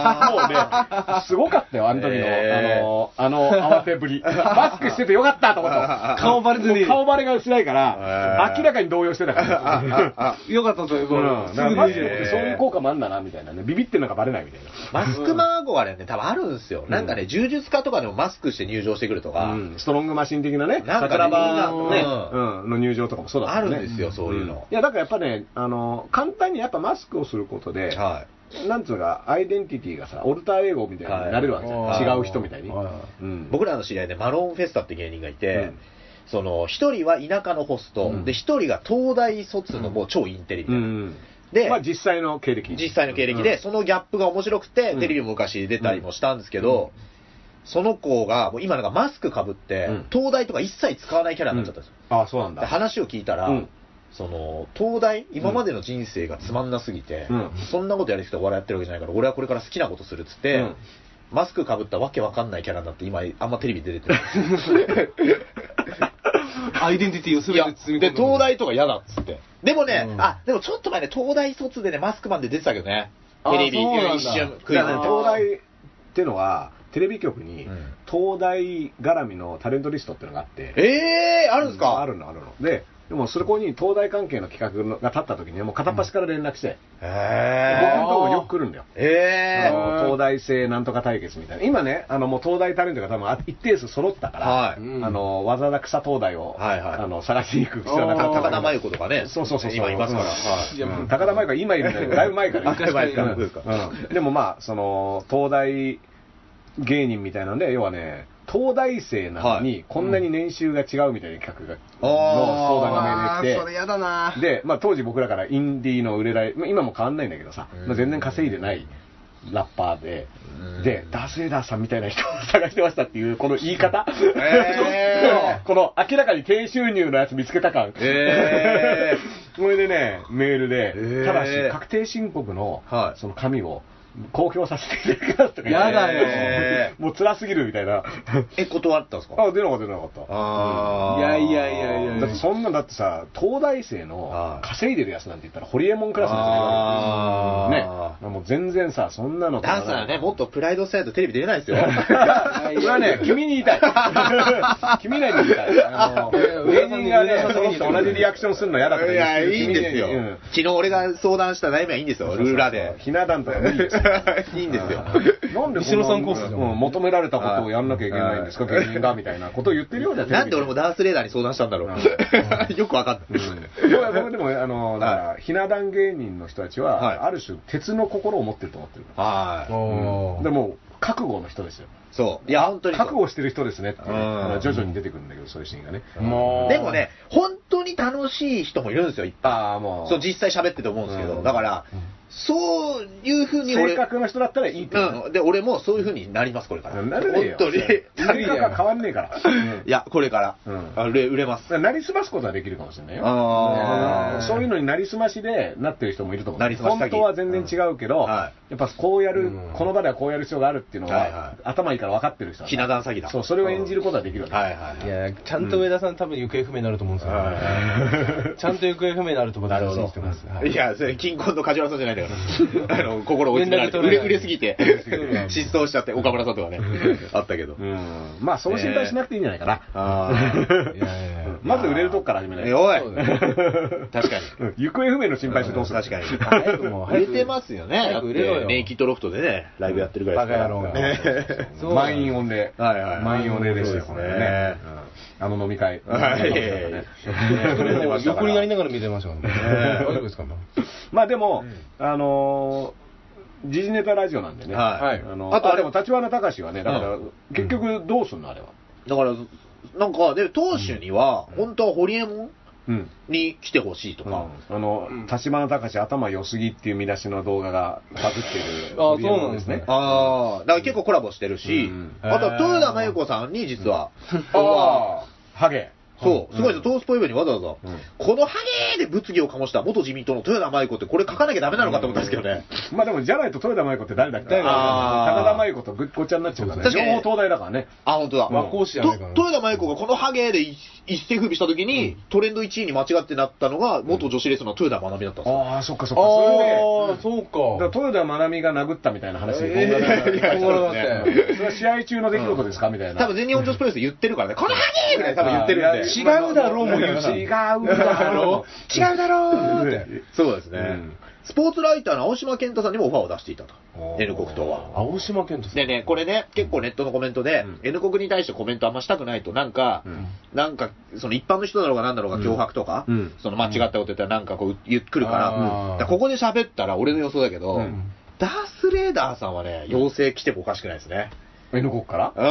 あもうね、すごかったよ、あの時の、えーあの、あの慌てぶり。マスクしててよかったと [LAUGHS] 思った。顔バレずに顔バレがしないから、えー明らかに動揺してたから。よかったといううん、だからマスクっねてそういう効果もあんだな、みたいなね。ビビってるのがバレないみたいな。マスクマン憧れね、多分あるんですよ。なんかね、柔術家とかでもマスクして入場してくるとか、うんストロングマシン的なね、なんかね桜庭のみね、んう、なんの入場とかもそうだったあねるんですよ、そういうの。いや、だからやっぱね、あの、簡単にやっぱマスクをすることで、はい。なんつうか、アイデンティティがさ、オルターエゴみたいになれるわけじゃん。はい違う人みたいに。はいうん僕らの知り合いでマロンフェスタって芸人がいて、うんその、一人は田舎のホスト、うんで、一人が東大卒のもう超インテリみたういな。ん。で、まあ実際の経歴。実際の経歴で、そのギャップが面白くて、うんテレビも昔出たりもしたんですけど、その子が、もう今なんかマスクかぶって、うん東大とか一切使わないキャラになっちゃったんですよ。ああ、そうなんでだ。話を聞いたら、うんその、東大、今までの人生がつまんなすぎて、うんそんなことやりすぎてお笑いやってるわけじゃないから、俺はこれから好きなことするっつって、うんマスクかぶったわけわかんないキャラになって、今、あんまテレビ出れて [LAUGHS] る。アイデンティティを全いや、て包み込んで、東大大とか嫌だっつって。でもね、うんあ、でもちょっと前ね、東大卒でね、マスクマンで出てたけどね。あテレビ、そうなんだ一瞬、クイズでだからねあー東大ってのは、テレビ局にうん、東大絡みのタレントリストってのがあって、えー、あるんですか、あるの、あるの。で、でもそこに東大関係の企画が立った時にはもう片っ端から連絡して、僕えのとこよく来るんだよ。ー。えあー。の東大生なんとか対決みたいな。今ね、あのもう東大タレントが多分あ一定数揃ったから、はいうんあの、わざだくさ東大を、はいはいあの探しに行く必要はなかった高田真由子とかね。そうそうそうそう今いますから。うんはいいやもう高田舞が今いるんだけど、だいぶ [LAUGHS] 前からいる。昔からいるうんうんでもまあ、その、東大芸人みたいなんで、要はね、東大生なのはに、こんなに年収が違うみたいな企画が、あーの相談がメールそでれやだな来て、で、まあ当時僕らからインディーの売れない、まあ今も変わんないんだけどさうん、まあ全然稼いでないラッパーでうん、で、ダース・エイダーさんみたいな人を探してましたっていう、この言い方。え [LAUGHS] この明らかに低収入のやつ見つけた感。え [LAUGHS] それでね、メールで、ーただし、確定申告の、はいその紙を公表させていただきますとか言ってやだよ [LAUGHS] もう辛すぎるみたいな。 [LAUGHS] え、断ったんですかあ、出なかった、出なかった。あいやいやいやいやだってそんな、だってさ、東大生はのい稼いでるやつなんて言ったら、ホリエモンクラスなんですあよ。ね。もう全然さ、そんなのとダンサーはね、もっとプライドしないとテレビ出れないですよ。これは [LAUGHS] ね、君に言いたい。君らに言いたい。あの、 [LAUGHS] 芸人がね、その人同じリアクションするの嫌だから。いや、いいんですよ君にうん。昨日俺が相談した悩みはいいんですよ、ルーラで。ひな壇とか無理ですよ [LAUGHS] いいんですよ。なんで西野さんコースじゃんうん求められたことをやんなきゃいけないんですか、芸人がみたいなことを言ってるようじ [LAUGHS] ゃなんで俺もダースレーダーに相談したんだろう。 [LAUGHS] よくわかってる。うんいや僕でも、あの、だから、ひな壇芸人の人たちは、はいある種、鉄の心を持ってると思ってる。はおでも、覚悟の人ですよ。い。そう。いや、本当にそう。覚悟してる人ですねっていう、うんあの徐々に出てくるんだけど、そういうシーンがね。もうでもね、本当に楽しい人もいるんですよ、いっぱい。ああ、もう、そう、実際喋ってて思うんですけど。うんだから、そういうふうに俺性、格の人だったらいいってことうん。で、俺もそういうふうになります、これから。なれねえよ。本当に。性格が変わんねえから。いや、これから。うんあ売れ、売れます。なりすますことはできるかもしれないよ。あーうんそういうのになりすましでなってる人もいると思う。なりすまし詐欺本当は全然違うけど、んはやっぱこうやる、うんこの場ではこうやる必要があるっていうのは、はいはい頭いいから分かってる人はひな壇詐欺だ。そう、それを演じることはできるわけ。はいはいいはい。やちゃんと上田さん多分行方不明になると思うんですよ、ね、ちゃんと行方不明になると僕は安心してます、はいいや、それ、金婚の梶原さんじゃ [LAUGHS] ないんだから。あの、心を追い詰められて、連売絡取れ、れない売れすぎて、失踪しちゃって、岡村さんとかね、あったけど。 [LAUGHS] うんまあ、その心配しなくていいんじゃないかな。ああ。[LAUGHS] [LAUGHS] いやいやいやまず売れるとこから始めないえと。おいそう確かに。うん行方不明の心配してどうする確かに。早くもう売れ早くてますよね。早く売れろよだってネイキッドロフトでね、ライブやってるぐらいバですかカ野ら郎が、ね [LAUGHS] そう満員御礼。はいはいはい満員御礼ですよ、そうこでれすねね。うんあの飲み会。 [LAUGHS] はいそ [LAUGHS] れもう横になりながら見てましたもんねえ大丈夫ですかもうまあでも、あのー、時事ネタラジオなんでね。はいはいあのああととああれでも、立花隆はね、だから、う結局どうすんの、あれは。だから、なんか、で、当主には、本当はホリエモンうん。に来てほしいとうかん、あのうん、立花隆頭良すぎっていう見出しの動画がバズってる。あホリエモンそうなんですねああ、だから結構コラボしてるし、うんあとは豊田真由子さんに実は、ああ、ハゲ。そう、すごいですよ、トースポイブにわざわざ、うんこのハゲーで物議を醸した元自民党の豊田真由子って、これ書かなきゃダメなのかと思ったんですけどね。まあでも、じゃないと豊田真由子って誰だっけ誰だあー高田真由子とぐっこちゃになっちゃうからね。確かに両方東大だからね。あ、本当だ。和光市じゃとないかな豊田真由子がこのハゲーで一一世風靡した時に、トレンド1位に間違ってなったのが、元女子レースの豊田真奈美だったんですよ。ああ、そっかそっか。それで、ああそうだかから豊田真奈美が殴ったみたいな話に、えーいやそうだねそれは試合中の出来事ですかみたいな。多分全日本女子プロレスで言ってるからね、このハゲーぐらい多分言ってるんで。違うだろうも言うし [LAUGHS] 違うだろう。違うだろうって。そうですね、うんスポーツライターの青島健太さんにもオファーを出していたとお、ー N 国党は。青島健人さんでね、これね、結構ネットのコメントで、うん N 国に対してコメントあんましたくないと、なんか、うんなんか、その一般の人だろうがなんだろうが、うん脅迫とか、うんその間違ったこと言ったらなんかこう、ゆっくるから、あーだからここで喋ったら俺の予想だけど、うんダースレーダーさんはね、妖精来てもおかしくないですね。 N 国からうん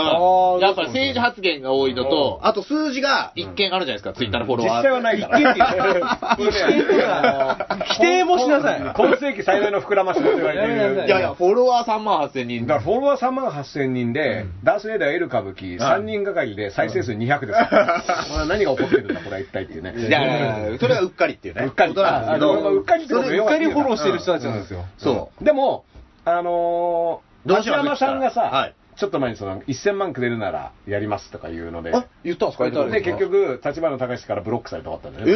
ーやっぱり政治発言が多いのと、あと数字が一見あるじゃないですか、ツイッターのフォロ実ワー。際はないから。否定とか [LAUGHS] 否定もしなさい。今世紀最大の膨らましと言われてやめなさる。いやいや、フォロワー3万8000だ人。からフォロワー3万8000人で、ダース・レーダー、エル・歌舞伎、3人がかりで再生数200です。まあ何が起こってるんだ、これは一体っていうね。いやいやいやそれはうっかりっていうね。うっかりことなんですけどあでもうっかりってことそね。れうっかりフォローしてる人たちなんですよ。そうでも、あのー、どう立しよう山さんがさ、はいちょっと前にその1000万くれるならやりますとか言うので、あ、言ったんですかで、結。局、立花隆からブロックされたかったんだよね。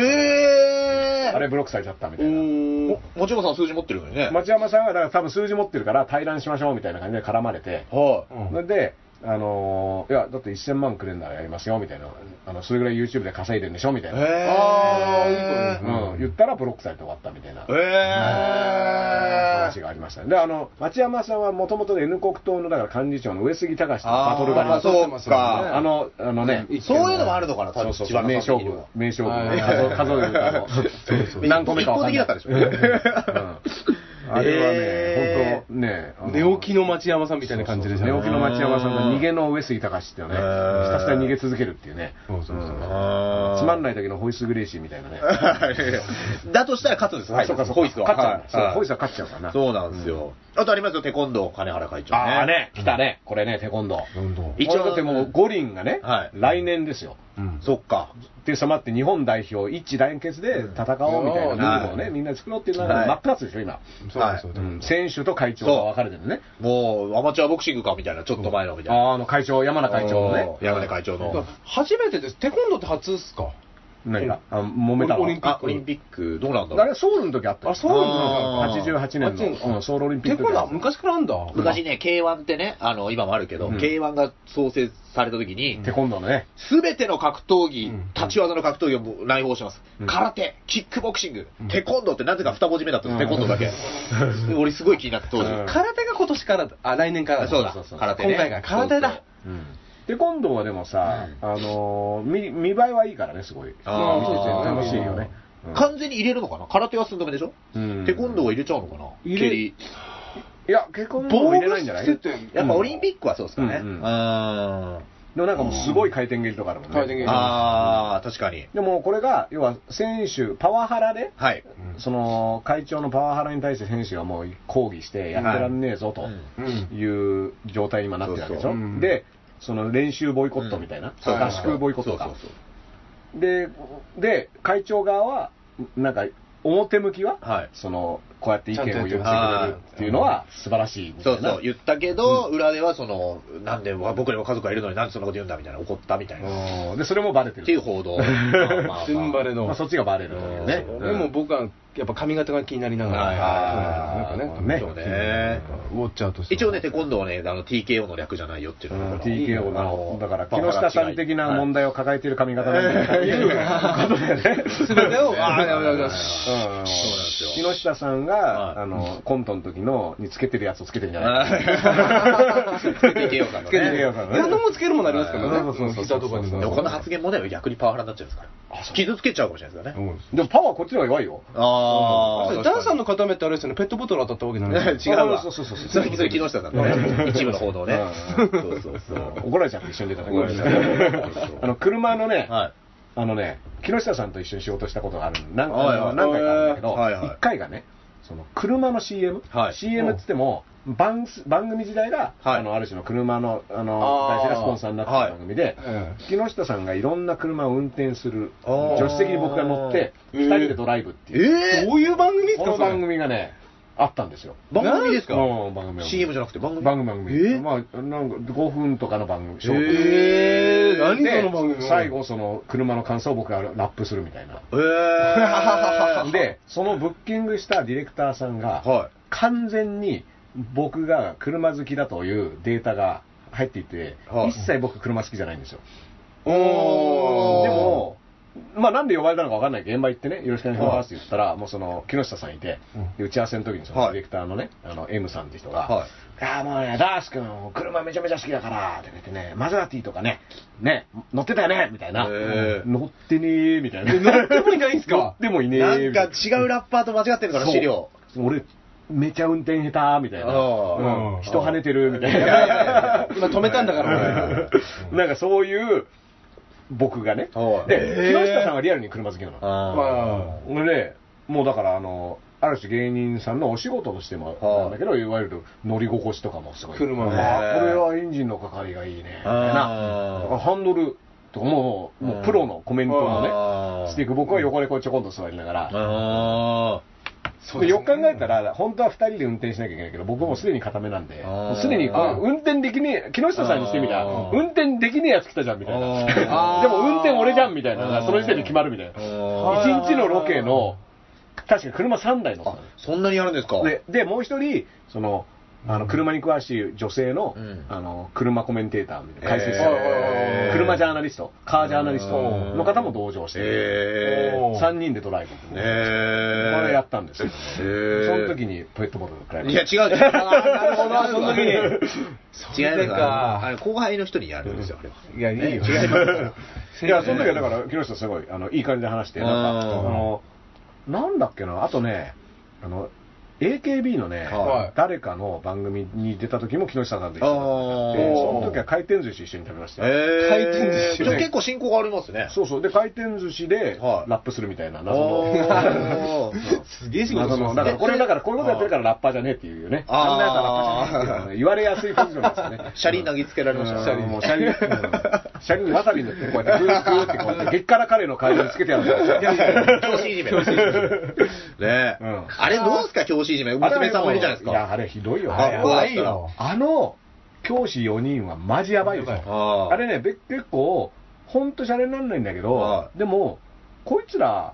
えあれブロックされちゃったみたいな。ー。おもちろんさん数字持ってるのにね。町山さんがだから多分数字持ってるから対談しましょうみたいな感じで絡まれて、はい。うんん、で、あのーいや、だって1000万くれるならやりますよみたいな、あのそれぐらい YouTube で稼いでるんでしょみたいな、えあー。うん、言ったらブロックされて終わったみたいな。え話がありましたね。で、あの、町山さんはもともと N 国党の、だから幹事長の上杉隆とのバトルがありまあーすねそうか。あの、あのね、そういうのもあるのかな、多そ分うそう千そ葉う、の名勝時に負は。名勝負は数い数えるあの何個目かわかんな一い方的だったでしょうんあれはねえ、本当ね、あの寝起きの町山さんみたいな感じでしたね寝起きの町山さんが逃げの上杉隆っていうね、ひへーたすら逃げ続けるっていうね、そうそうそううんあーつまんない時のホイス・グレイシーみたいなね。 [LAUGHS] だとしたら勝つんです、はい。そうかそうかホイスは。勝っちゃはいうそうはいホイスは勝っちゃうからなそうなんですよ。あとありますよ、テコンドー、金原会長ね。ああね、来たね、これね、テコンドー。どんどん一応だってもう五輪がね、はい来年ですよ。うんそっか。っていう迫って日本代表一致団結で戦おうみたいなルールをね、うんみんな作ろうっていうのははい真っ二つでしょ、今、そうなんですよ。うでもん選手と会長が分かれてるね、もう、アマチュアボクシングかみたいな、ちょっと前のみたいな。あーあの会長、山名会長のね、山根会長の。初めてです。テコンドーって初っすか何が、あ揉めたのオリンピッあ、オリンピック、どうなんだあろれ、う。ソウルの時あったあ、そうあなんだ。 88年の、うんソウルオリンピックテのコ時ンドあっーはた昔からあんだ。昔ね、K1 ってね、あの、今もあるけど、うん K1 が創設された時に、テコンドーのね、すべての格闘技うん、立ち技の格闘技をもう内包しますうん。空手、キックボクシングうん、テコンドーってなぜか二文字目だったんうでんす、テコンドーだけ。俺すごい気になって、当時。うん空手が今年からだ、あ、来年からだ。そうだそうそう空手ね今回が空手だ。テコンドーはでもさ、あのー見見栄えはいいからね、すごい、あー見てて楽しいよね。そううん完全に入れるのかな空手は寸止めでしょうんテコンドーは入れちゃうのかな蹴入れり。いや、結婚も防入具れないんじゃないつけでてやっぱオリンピックはそうですかね。ううんうんん。あもなんかもうすごい回転蹴りとかあるもんね。回転蹴ーりうんあー、確かに。でもこれが、要は選手、パワハラで、はい。その会長のパワハラに対して選手がもう抗議して、やってらんねえぞとうんいう状態に今なってるわけでしそうょそううん。で、その練習ボイコットみたいな、うんはい合宿ボイコットそかう。そうで、で会長側は、なんか、表向きは、はいそのこうやって意見を言ってくれるちゃんとやってっていうのは素晴らしいみたそいうなそう、言ったけど、裏ではその、なんでわ僕らは家族がいるのになんでそんなこと言うんだみたいな、怒ったみたいな。っうんでそれもバレてるていう報道。まあまあま [LAUGHS] あツンバレの。まあ、そっちがバレるというね。でも僕はやっぱ髪型が気になりながはいら、はいはいなんかね、ねそうね。ウォッチャーとして。一応ね、テコンドーはね、あの TKO の略じゃないよっていううのんが TKO の、だから、木下さん的な問題を抱えている髪型なんだけどいうことだよね。全てを、ああ、やめやめやめうんそう木下さんはが、いあの、コントの時の、につけてるやつをつけてるんじゃないはい [LAUGHS] TKO さんのつけてるねやつだ何度ね。もつけるものありますからはねいそうそうそう、膝とかにそうでもも。この発言もね、逆にパワハラになっちゃうんですから。傷つけちゃうかもしれないですからね。でも、パワーこっちの方が弱いよ。あーダンさんの固めってあれですよね、ペットボトル当たったわけじゃないです違うわ。そうそうそうそうそれ、それ木下さんのね。一部の報道ね。うんそうそうそう。怒られちゃって一緒に出たね怒られちゃうあの、車のね、はい。あのね、木下さんと一緒に仕事したことがある何はいあの何回かあるんだけど、はいはい1回がね、その車の CM、はい CM っつっても、番番組時代が、はいあのある種の車のあのあ会ー社がスポンサーになってた番組で、え木下さんがいろんな車を運転する、あー助手席に僕が乗って、え2ー人でドライブっていう、か。えどういう番組ですこか、のそれ番組がね、あったんですよ。ー番組ですかうん番組 ?CM じゃなくて番組番組番組、えーまあ、なんか5分とかの番組、ショートえー、何でその番組最後、その車の感想を僕がラップするみたい [LAUGHS] な。えーで、そのブッキングしたディレクターさんが、は完全に僕が車好きだというデータが入っていて、はい一切僕車好きじゃないんですよ。おおーでも、まあなんで呼ばれたのかわかんないけど、現場行ってね、よろしくお願いしますって言ったら、もうその木下さんいて、で打ち合わせの時にそのはいディレクターのね、あの M さんって人が、はいいやーもうね、ダース君、車めちゃめちゃ好きだから、って言ってね、マゼラティとかね、ね、乗ってたよね、みたいな。へー乗ってねー、みたいな。乗ってもいないんす乗かってもいねー。なんかみたい違うラッパーと間違ってるから、資料。そう俺、めちゃ運転下手みたいな、あうん人跳ねてるみたいいやいやないや、今止めたんだから、[LAUGHS] 俺。なんかそういう僕がね、はいで、木下さんはリアルに車好きなの。あま俺ね、もうだから、あの、ある種芸人さんのお仕事としてもなんだけど、いわゆる乗り心地とかもすごい。車もあこれはエンジンのかかりがいいね。みたいあーな。だからハンドルとかもう、もうプロのコメントのあね、ーしていく僕は横でこうちょこんと座りながら、あそうですよねく考えたら、本当は2人で運転しなきゃいけないけど、僕はもうすでに固めなんで、あーもうすでにこあーう運転できねえ、木下さんにしてみたらあー、運転できねえやつ来たじゃんみたいあな、[LAUGHS] ーでも運転俺じゃんみたいな、あーその時点で決まるみたいな、あー1日のロケの、確か車3台乗ったのそんなにやるんですかででもう一人そのあの車に詳しい女性の,、うんあの車コメンテーターみたいな解説者、へー車ジャーナリストカージャーナリストの方も同乗して、えー3人でドライブ、ええこれやったんですよ、えそのー時にペットボトルくらいいや、違う。なるほあ、その時に。違いますそれあか。の後輩の人にやるんですよ、あれは。いや、いいよ。違いま [LAUGHS] いやその時はだから木下すごいあのいい感じで話してなんかああーのなんだっけなあとねあの AKB のね、はい誰かの番組に出た時も木下さんと一緒あだったーでその時は回転寿司一緒に食べましたよえー回転寿司ねでも結構進行がありますね。そうそうで回転寿司ではラいップするみたいな謎のあーすげえ仕事謎しのますだかねらこれだからこういうことやってるからラッパーじゃねえっていうねあーあんなやつはラッパーじゃ [LAUGHS] ねえっていう言われやすいポジションですよねシャリ投げつけられましたシね。ャリもうシャリ、うんシャリにわさび塗ってこうやってグーグーってこうやって激辛カレーの代わりにつけてやるんですよ教師いじめ。ねえうんあれどうすか、教師いじめ。娘さんもいるじゃないですいやか。あれひどいよあれ怖いよあの教師4人はマジやばいですよやばいあーあれね、べ結構、ほんとシャレになんないんだけどは、でも、こいつら、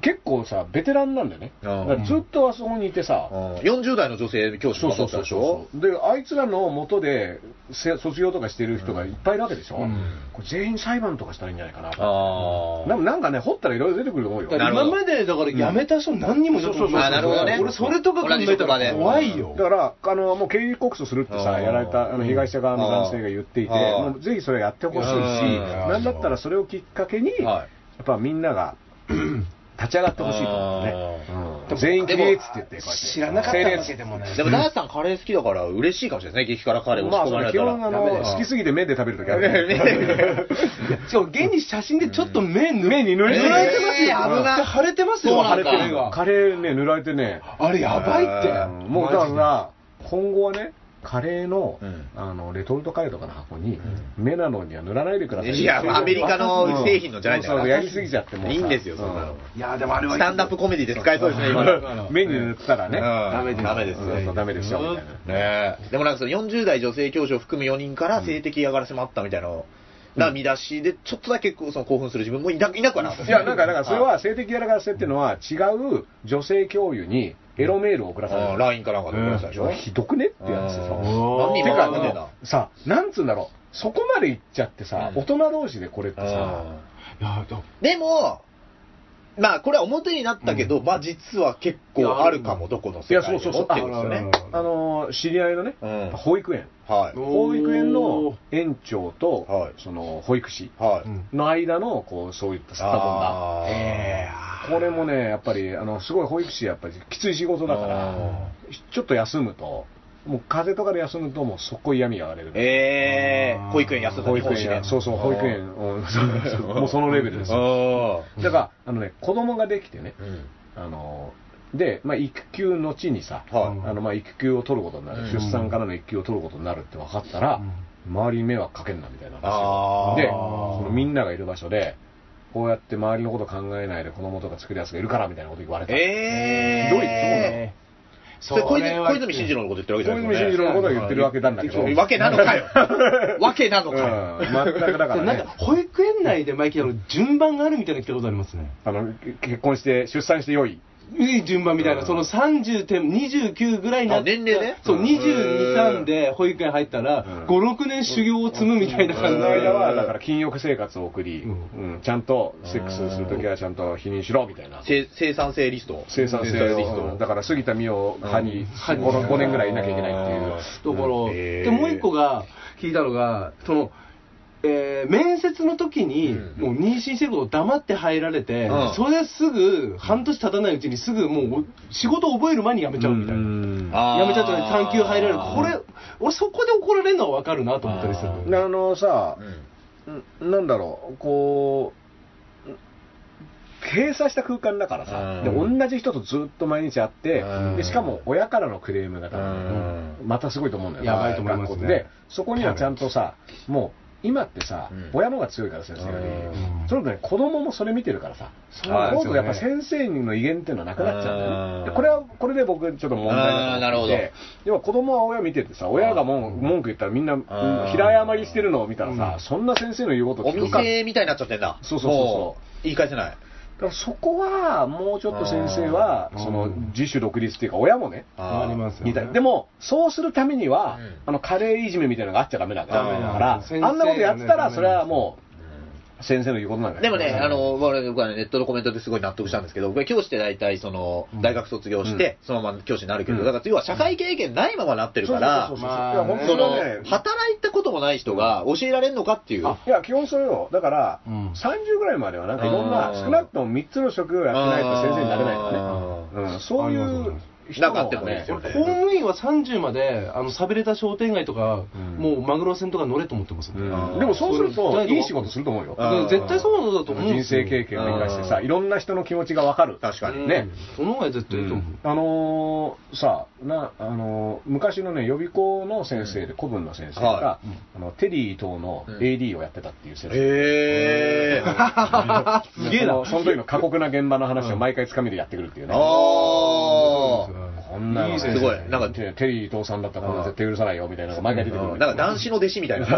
結構さ、ベテランなんだよね。ああだからずっとあそこにいてさ、うん40代の女性教師の方だったでしょで、あいつらの元でせ卒業とかしてる人がいっぱいいるわけでしょ。うんこれ全員裁判とかしたらいいんじゃないかなと。あでもなんかね、掘ったらいろいろ出てくると思うよ。だだからかなるほ今どまでだから辞めた人何人もいたと思そうそううそうあなるほどね俺それとか考えたら怖いよ。ら、あの、もう刑事告訴するってあさ、あやられたあの被害者側の男性が言っていて、ああもうぜひそれやってほしいし、ああなんだったらそれをきっかけに、あ。はいやっぱみんなが立ち上がってほしいと思うね。うん全員起立って言って、こうやって知らなかったわけでもない。でも、ダースさんカレー好きだから嬉しいかもしれないですね、激辛カレーをま押あ、し込そまれたの基本あら。の、好きすぎて目で食べるときあるね。 [LAUGHS] [LAUGHS] しかも現に写真でちょっと目塗目に塗り塗られてますよ。えー危ない腫れてますそよ、うな腫んれだてるが。カレーね、塗られてね。あれやばいっうて。んもうだから、今後はね、カレーのうん、あの、レトルトカレーとかの箱に、目なのには塗らないでください。いやアメリカの製品のじゃないんだからそうそうやりすぎちゃってもうさ。いいんですよ、そんなのう。いや、でもあれは。スタンダップコメディで使えそうですね、今の。ね目に塗ったらね、うんダメですダダメメでですすよ。ダメですよ、みたいな。え。でもなんかその40代女性教師を含む4人から性的嫌がらせもあったみたいな、な見出しで、ちょっとだけこうその興奮する自分もいないなくはなかったいや、なんか、だからそれは性的やらかせっていうのは、違う女性教諭にエロメールを送らされうん、る。 LINE かなんかで送られたでしょ。ひどくねってやつさ。ん何人てもか、かあかってんのだ。さ、なんつうんだろう、そこまで行っちゃってさ、うん大人同士でこれってさ、いや、でもでも、まあこれは表になったけど、まあ実は結構あるかも、どこの世界でもってことですよいねや。あのー、知り合いのねうん、保育園。はい。保育園の園長とはい、その、保育士はい。うんの間の、こう、そういったすったこんだ。あーえこれもね、やっぱり、あの、すごい保育士、やっぱりきつい仕事だからあ、ちょっと休むと、もう風邪とかで休むと、もうそこ嫌味が割れる。えあー、ー保育園休んだ保日育本史園ねや、そうそう、保育園、うん [LAUGHS] そうそうもうそのレベルですよ。あだから、あのね、子供ができてねー、うん。あの、で、まあ、育休の地にさ、はいあの、まあ、育休を取ることになる、うん出産からの育休を取ることになるって分かったら、周りに迷惑かけんなみたいな話あーで、そのみんながいる場所で、こうやって周りのこと考えないで子供とか作るやつがいるからみたいなこと言われた。えー。ひどいねえそれ小泉小泉進次郎のこと言ってるわけじゃ小ないです泉進次よね。郎のことは言ってるわけなんだけど。わけなのかよ。わけなのかよ。うん、全くだから、ね。なんか保育園内で前来たの順番があるみたいな聞いたことありますね。あのけ結婚して出産して良い、いい順番みたいな、その30点、29ぐらいになってあ年齢ねそう、うん22、3で保育園入ったうら、ん5、6年修行を積むみたいなそ感じの間で。はだから禁欲生活を送り、ううんちゃんとセックスするときはちゃんと否認しろみたいな、せ生産性リスト。生産性リストを、だから杉田美桜派に歯に5 5年ぐらいいなきゃいけないっていうあ、ところ、へーでもう一個が聞いたのが、そのえー面接の時に、うんもう妊娠してることを黙って入られて、うんそれすぐ、半年経たないうちにすぐもうお、仕事覚える前に辞めちゃうみたいな。な。あー辞めちゃったら産休入られる。これ、俺そこで怒られるのはわかるなと思ったりするの。あのさう、んんなんだろう、こう、閉鎖した空間だからさ、でう同じ人とずっと毎日会ってうん、でしかも親からのクレームだかうら、んまたすごいと思うんだよやばいと思いますね学校ででそこにはちゃんとさ、もう今ってさうん、親の方が強いから先生よりう、んそれとね、子供もそれ見てるからさ、そうなんです思うとやっぱ先生の威厳っていうのはなくなっちゃうんだようんねで。これは、これで僕ちょっと問題だと思ってあーなるて、要は子供は親見ててさ、親がもう文句言ったらみんなうん平謝りしてるのを見たらさ、そんな先生の言うことお聞くか店みたいになっちゃってんだ。そうそうそうそうも言い返せない。だからそこは、もうちょっと先生は、うんその自主独立っていうか、親もね、あーありますよみたいね。でも、そうするためには、うんあの、カレーいじめみたいなのがあっちゃダメなんだダメなんだから、先生があんなことやってたら、ねそれはもう、先生の言うことなんだよでもね、あの、我々僕はねネットのコメントですごい納得したんですけど、僕は教師って大体、そのう、ん大学卒業して、そのまま教師になるけど、うんだから要は社会経験ないままなってるからそう、そうそうそうまあいや、本ねそ当のはね、、働いたこともない人が教えられるのかっていう。あいや、基本それよ。だから、うん30ぐらいまではなんかいろんうな、ん少なくとも3つの職業やってないと先生になれないよね。ね。うん、そういう人なんかあのってもいいでねすよ公ね。務員は30まで、あの、寂れた商店街とか、うんもうマグロ船とか乗れと思ってますよ。うんでもそうするそと、ういい仕事すると思うよ。あー絶対そうだと思うんで人すよ生経験を生かしてさ、うんいろんな人の気持ちがわかる。確かに。ね。その方が絶対いいと思う。あのーさあな、あのー昔のね、予備校の先生で、古文の先生が、はあのテリー等のうん AD をやってたっていう先生、へー。あすげえなその時の過酷な現場の話を毎回つかみでやってくるっていうね、あー。こんなのねいい先生すごいなんかテテリー伊藤さんだったらこんな絶対許さないよみたいなのが毎回出てくるわけなんか男子の弟子みたいな。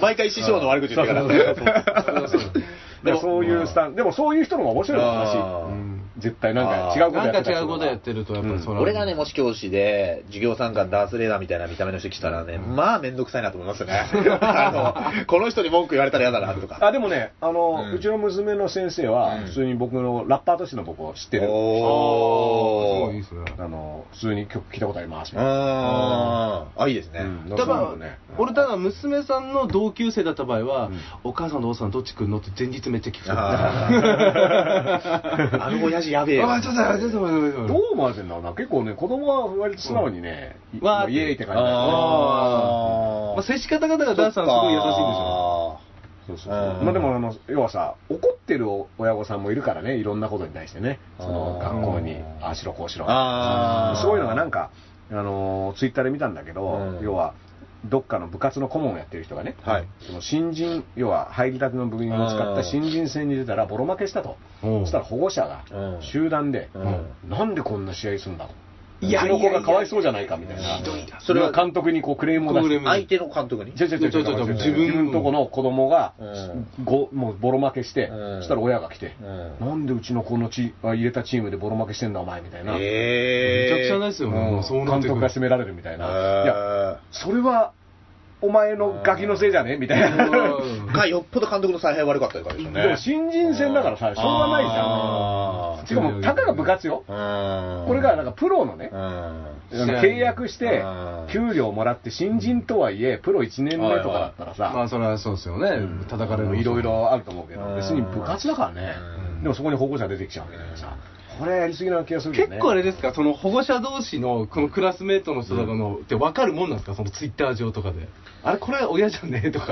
毎回師匠の悪口言ってから。 [LAUGHS] でもそういうスタンでもそういう人の方が面白いよあー話、うん絶対なんか違うことなやんってかた違う人ことやってると、やっぱりそら俺がね、もし教師で、授業参観ダースレーダーみたいな見た目の人来たらね、まあめんどくさいなと思い [LAUGHS] ますよね。あの、この人に文句言われたら嫌だなとか。あでもねあの、ううんちの娘の先生は、うん普通に僕のラッパーとしての僕を知ってるおそういいーっ。すね。あの普通に曲聴いたことありますうーん。あ、いいですね。うんだかそうなら、のね俺、だから娘さんの同級生だった場合は、うんお母さんとお父さんどっち来るのって前日めっちゃ聞く。 [LAUGHS] あーあの親父やべえよ。あ、ちょっと、ちょっと待って、ちょっとど待っう思われてんだろうな結構ね子供は割と素直にね、うんいわーもうイエーイって感じだよねあて。ーまあ、接し方がだからダンさんすごい優しいんですよ。そうそうそううんまあでもあの要はさ怒ってる親御さんもいるからねいろんなことに対してねそのあー学校にああしろこうしろあーそういうのがなんかあのツイッターで見たんだけど、うん要はどっかの部活の顧問をやってる人がね、はいその新人要は入りたての部員を使った新人戦に出たらボロ負けしたとうんそしたら保護者がうん集団で、うんなんでこんな試合するんだと。いうやちの子がかわいそうじゃないかみたいな。それは監督にこうクレームを出クレしーてム。相手の監督に。ちょちょちょちょちちょちょょ自自分分とこの子供がうごもうボロ負けして、うんそしたら親が来て、うんなんでうちの子のチあ入れたチームでボロ負けしてんだお前みたいな、めえちゃー。くちゃないですよ、ねうもんうそうなっ監てく督るが責められるみたいな、いやや、それはお前のガキのせいじゃねみたいな、うんか、よっぽど監督の采配悪かったからでしょうね。でも新人戦だからさ、しょうがないじあゃん、ーしかもたかが部活よ、これがなんかプロのね、うん。あの契約してうん、給料もらって、新人とはいえ、プロ1年目とかだったらまあ、さ、それはそうですよね。叩かれるのもいろい。ろあると思うけどう、ん別に部活だからねうん、でもそこに保護者出てきちゃうわけだからさ、これはやりすぎな気がするよね。結構あれですか、その保護者同士の、このクラスメートの人とかの、って分かるもんなんですか、そのツイッター上とかで。あれ、これは親じゃねえとか。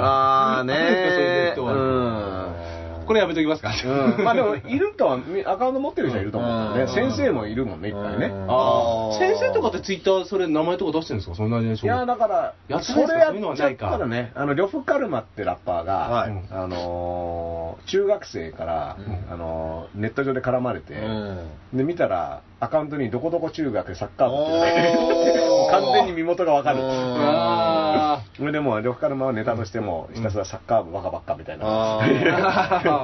あーねーるんですかそういう人はこれやめときますか。うんまあでも、いるとは、みアカウント持ってる人はいると思うんだようね。ん先生もいるもんね、いっぱいね。うんああーあ。 [LAUGHS] 先生とかってツイッター、それ名前とか出してるんですかそんなにいや、だから、やってそないですかれやそういうのはっちなゃいっかたらね、あの、呂布カルマってラッパーはがい、あのー、中学生から、あのー、ネット上で絡まれて、で見たらアカウントにどこどこ中学サッカー部っておー [LAUGHS] 完全に身元がわかるああ。それでもう呂布カルマはネタとしてもひたすらサッカー部バカばっかみたいなあー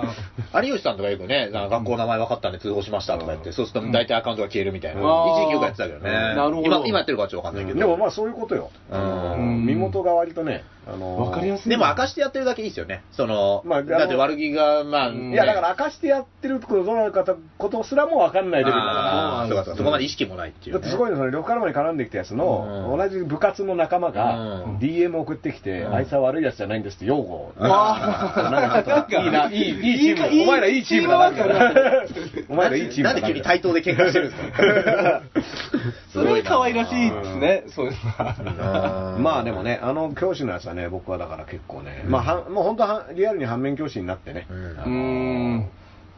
[LAUGHS] 有吉さんとかよくね、なんか学校の名前分かったんで通報しましたとか言って、そうすると大体アカウントが消えるみたいな。うんあー一時期よくやってたけどね。なるほど今、今やってるかはちょっとわかんないけでど。もまあそういうことようんうん身元が割とねあのーわかりやすい。でも明かしてやってるだけいいですよね。その、まああのだって悪気が、まあ、うんいやだから明かしてやってることどうなるかとことすらもわかんないレベルだからあーそうかそうかそこまで意識もないっていう、だってすごい。いのその呂布カルマに絡んできたやつのうん同じ部活の仲間うがん DM をを送ってきて、あいつは悪いやつじゃないんですって擁護をあーいいな、いい、いいチーいいム。お前らいいチームだいいチームワークだな。お前らいいチームだ [LAUGHS] なんで急に対等で喧嘩してるんですかそれは可愛らしいですね、そういうのは。 [LAUGHS] まあでもね、あの教師のやつはね、僕はだから結構ね、まあはん、もう本当はリアルに反面教師になってね、うんあうーのん。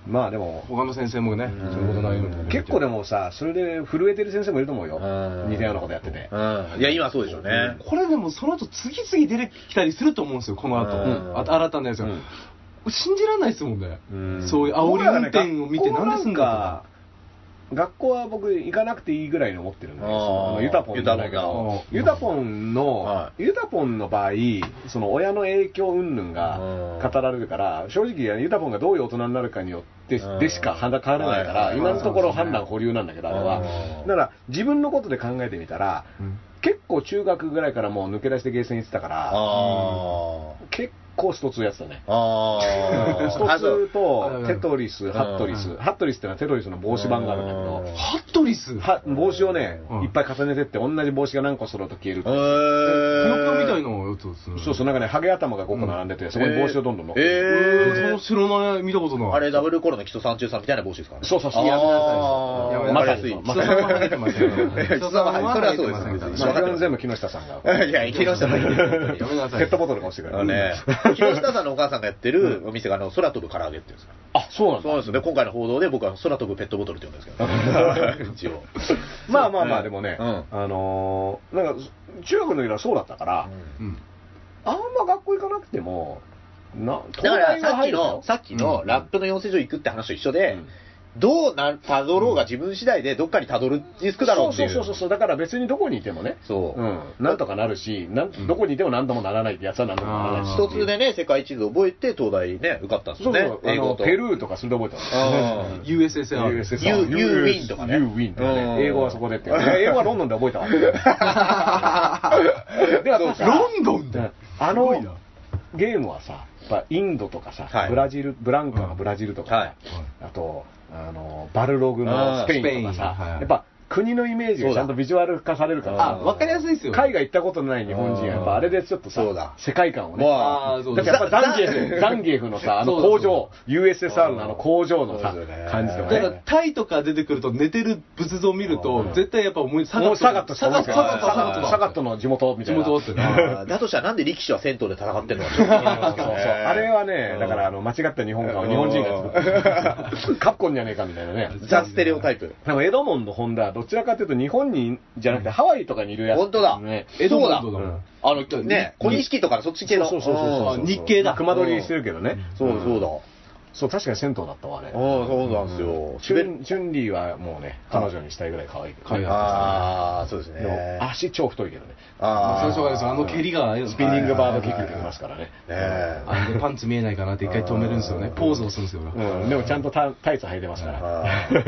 まあでも、他の先生もね、そういうことないように。結構で、もさ、それで震えてる先生もいると思うよう、ん似たようなことやってて。うんいや、今はそうでしょうね。これでもその後次々出てきたりすると思うんですよ、この後。うんあと新たなやつが。うん信じられないですもんね。うんそういう煽り運転を見て、僕らがねなんですんだ学校は僕、行かなくていいぐらいに思ってるんで、あそーのユタポンのユタポユタポンがンのは、ユタポンの場合、その親の影響云々うんが語られるから、正直、ユタポンがどういう大人になるかによってうんでしか判断変わらないかはら、い今のところ判断保留なんだけど、あれうはん。だから、自分のことで考えてみたら、結構中学ぐらいからもう抜け出してゲーセン行ってたから、あ結構スト2やってたね。あ。ああ。スト2とあテトリス、ハットリス、ハットリスってのはテトリスの帽子版があるんだけどうん、ハットリスは帽子をねうん、いっぱい重ねてって、同じ帽子が何個揃うと消えるえと。ピノキオみたいな。なやつですね。そうそう、なんかね、ハゲ頭が5個並んでて、そこに帽子をどんどん乗っけえて。ー。えその白前見たことない。あれ、ダブルコロの基礎三中さんみたいな帽子ですかそうそうそう。あーややめめなまなささにいそう。ままささににはげてますよいやそれはそうですよ人様はげてままあよそれは全部木下さんが。いや、木下さん。や [LAUGHS] めなさい。ペットボトルが欲しいかあらのね、木下さんのお母さんがやってるお店が、あの、空飛ぶ唐揚げっていうんですか。あ、そうなんそうだ。ですね、今回の報道で僕は空飛ぶペットボトルって呼んでるんです [LAUGHS] けど、一応。まあまあまあ、でもね、うんあのー、なんか、中学の時はそうだったから、うん。あんま学校行かなくても、な、だからさっき東大は入るよの、さっきのラップの養成所行くって話と一緒で、うんどうな、たどろうが自分次第でどっかにたどるリスクだろうっていう。そうそうそうそうだから別にどこにいてもねそううん、なんとかなるしなんどこにいても何ともならないってやつは何ともならないしあー一つでね、世界地図覚えて東大ね、受かったんですよそうね。そう、あ英語のと。ペルーとかそれで覚えたのうん USSR。 You- You win とかね You win とかうんね。英語はそこでって。いや英語はロンドンで覚えたわ。では、 [LAUGHS] どうかロンドンうんだあすごいなの、ゲームはさ、やっぱインドとかさ、はいブラジル、ブランカがブラジルとかさ、はいあと、あの、バルログのスペインとかあースペインさは、いやっぱ国のイメージがちゃんとビジュアル化されるから、あ、わかりやすいですよ。海外行ったことのない日本人はやっぱあれでちょっとさそうだ、世界観をね。まあーそうだでっすてやっぱザンギエフ、ザンギエフのさ、あの工場、USSR のあの工場のさそうですよね、感じとかだからね。タイとか出てくると寝てる仏像を見ると絶対やっぱ思いサもうサガットしか思サいガつッかないトサガットサガットサガットの地元みたいな。地元ってねあーだとしたらなんで力士は銭湯で戦ってるのかちょっと気になりますそけうどそうねあれはね、だからあの間違った日本館を日本人が作ってるカプコンじゃねえかみたいなね。ザ・ステレオタイプ。でもエドモンド・ホンダはどちらかというと日本にじゃなくてハワイとかにいるやつ、本当だね。エドモンそドうだだもうんん。あの、ね、小錦とかそっち系の。そうそうそうそう。あ日系だ熊取りしてるけどね。そうそうだ。そう、確かに銭湯だったわ、あれ。うん、そうなんですよ。チュンチュンリーはもうね、彼女にしたいぐらい可愛いけどね。ああ、そうですでね。も足超太いけどね。まあああそれはしょうがないですよあの蹴りがスピニングバードキックできますからね。ねあれでパンツ見えないかなって一回止めるんですよね。ポーズをするんですよ。俺うん、でもちゃんとタタイツ履いてますから。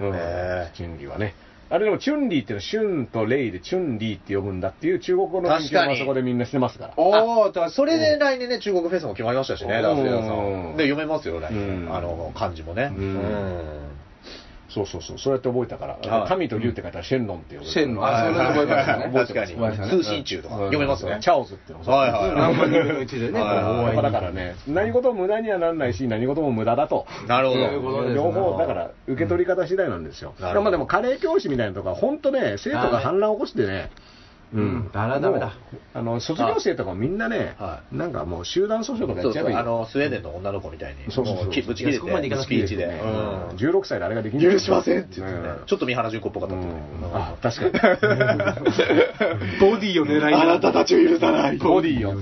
うんねえチュンリーはね。あれでもチュンリーってのはシュンとレイでチュンリーって呼ぶんだっていう中国語の研確か究にもあそこでみんなしてますから。おー、だからそれで来年ね、中国フェスも決まりましたしね、ダンステラさ。うんんで、読めますよ、来年。うんあの、漢字もね。ううんん。そうそうそう、そうやって覚えたから、はい神と竜って書いたらシェンロンって呼ぶ。シェンロンああはそいれ覚えますよね [LAUGHS] 確か覚えますよに。ね通信中とか読めますよね。チャオズっていうのもはいはい何万人分のうちでね、こうはいや大っぱだか合らね、何事も無駄にはならないし、何事も無駄だと。なるほというこど。とですね両方、だから、受け取り方次第なんですよ。うんなるほどまあでも、カレー教師みたいなとか、本当ね、生徒が反乱を起こしてね、ううんだからダメだもうあの、卒業生とかもみんなねは、なんかもう集団訴訟とかやそっうそちゃえう、ばいいあ。の、スウェーデンの女の子みたいに、そうそうそうもきぶち切れいやそこまでいかて、なスくてピーいいですチよで。ねうんうん16歳であれができる許しませんって言ってねうんちょっと三原純子っぽかったですね。あ、確かに。 [LAUGHS] ボディを狙いながらたちを許さないボディよ。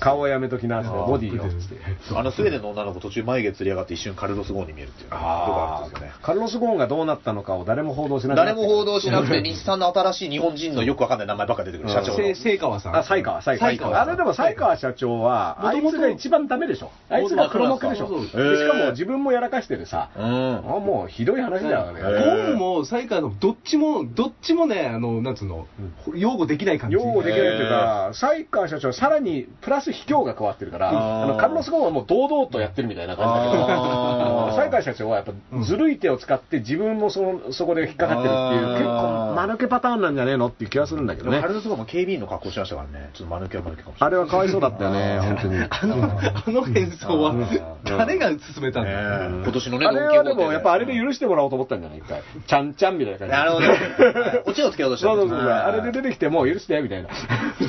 顔はやめときなって、ボディよ。つって。あのスウェーデンの女の子途中眉毛つり上がって一瞬カルロス・ゴーンに見えるっていうのがあるんですよね。カルロス・ゴーンがどうなったのかを誰も報道しなくな誰も報道しなくて、日産の新しい日本人のよくわかんない名前ばっか出てくる、社長のせ。西川さん。あ、西川、西川。才川あれでも西川社長は、あい元つ々が一番ダメでしょ。あいつが黒幕でしょ。そうでそうしそうかも自分もやらかしてるさ。うあん。もうひどい話だよゴね。ーンも西川のどっちも、どっちもね、あの、なんつうの、擁護できない感じ。擁護できないというか、西川社長はさらにプラス卑怯が加わってるから、あーあのカルロス・ゴーンはもう堂々とやってるみたいな感じだけど、あー西川社長はやっぱずるい手を使って自分もそのそこで引っかかってるっていう、あー結構間抜けパターンなんじゃねえのっていう気はするんだけでどもね。春のそばも警備員の格好してましたからね。ちょっと間抜けは間抜けかもしれない。あれはかわいそうだったよ [LAUGHS] ね、本当に。あの、あの演奏は、誰が進めたんだねえ今年のね、あれはでドンキホーテも、やっぱあれで許してもらおうと思ったんじゃない一回。ちゃんちゃんみたいな感じなで。る [LAUGHS] ほど。はいオチをつけようとしたそんうでそすうねそう。あれで出てきてもう許してみたいな。 [LAUGHS]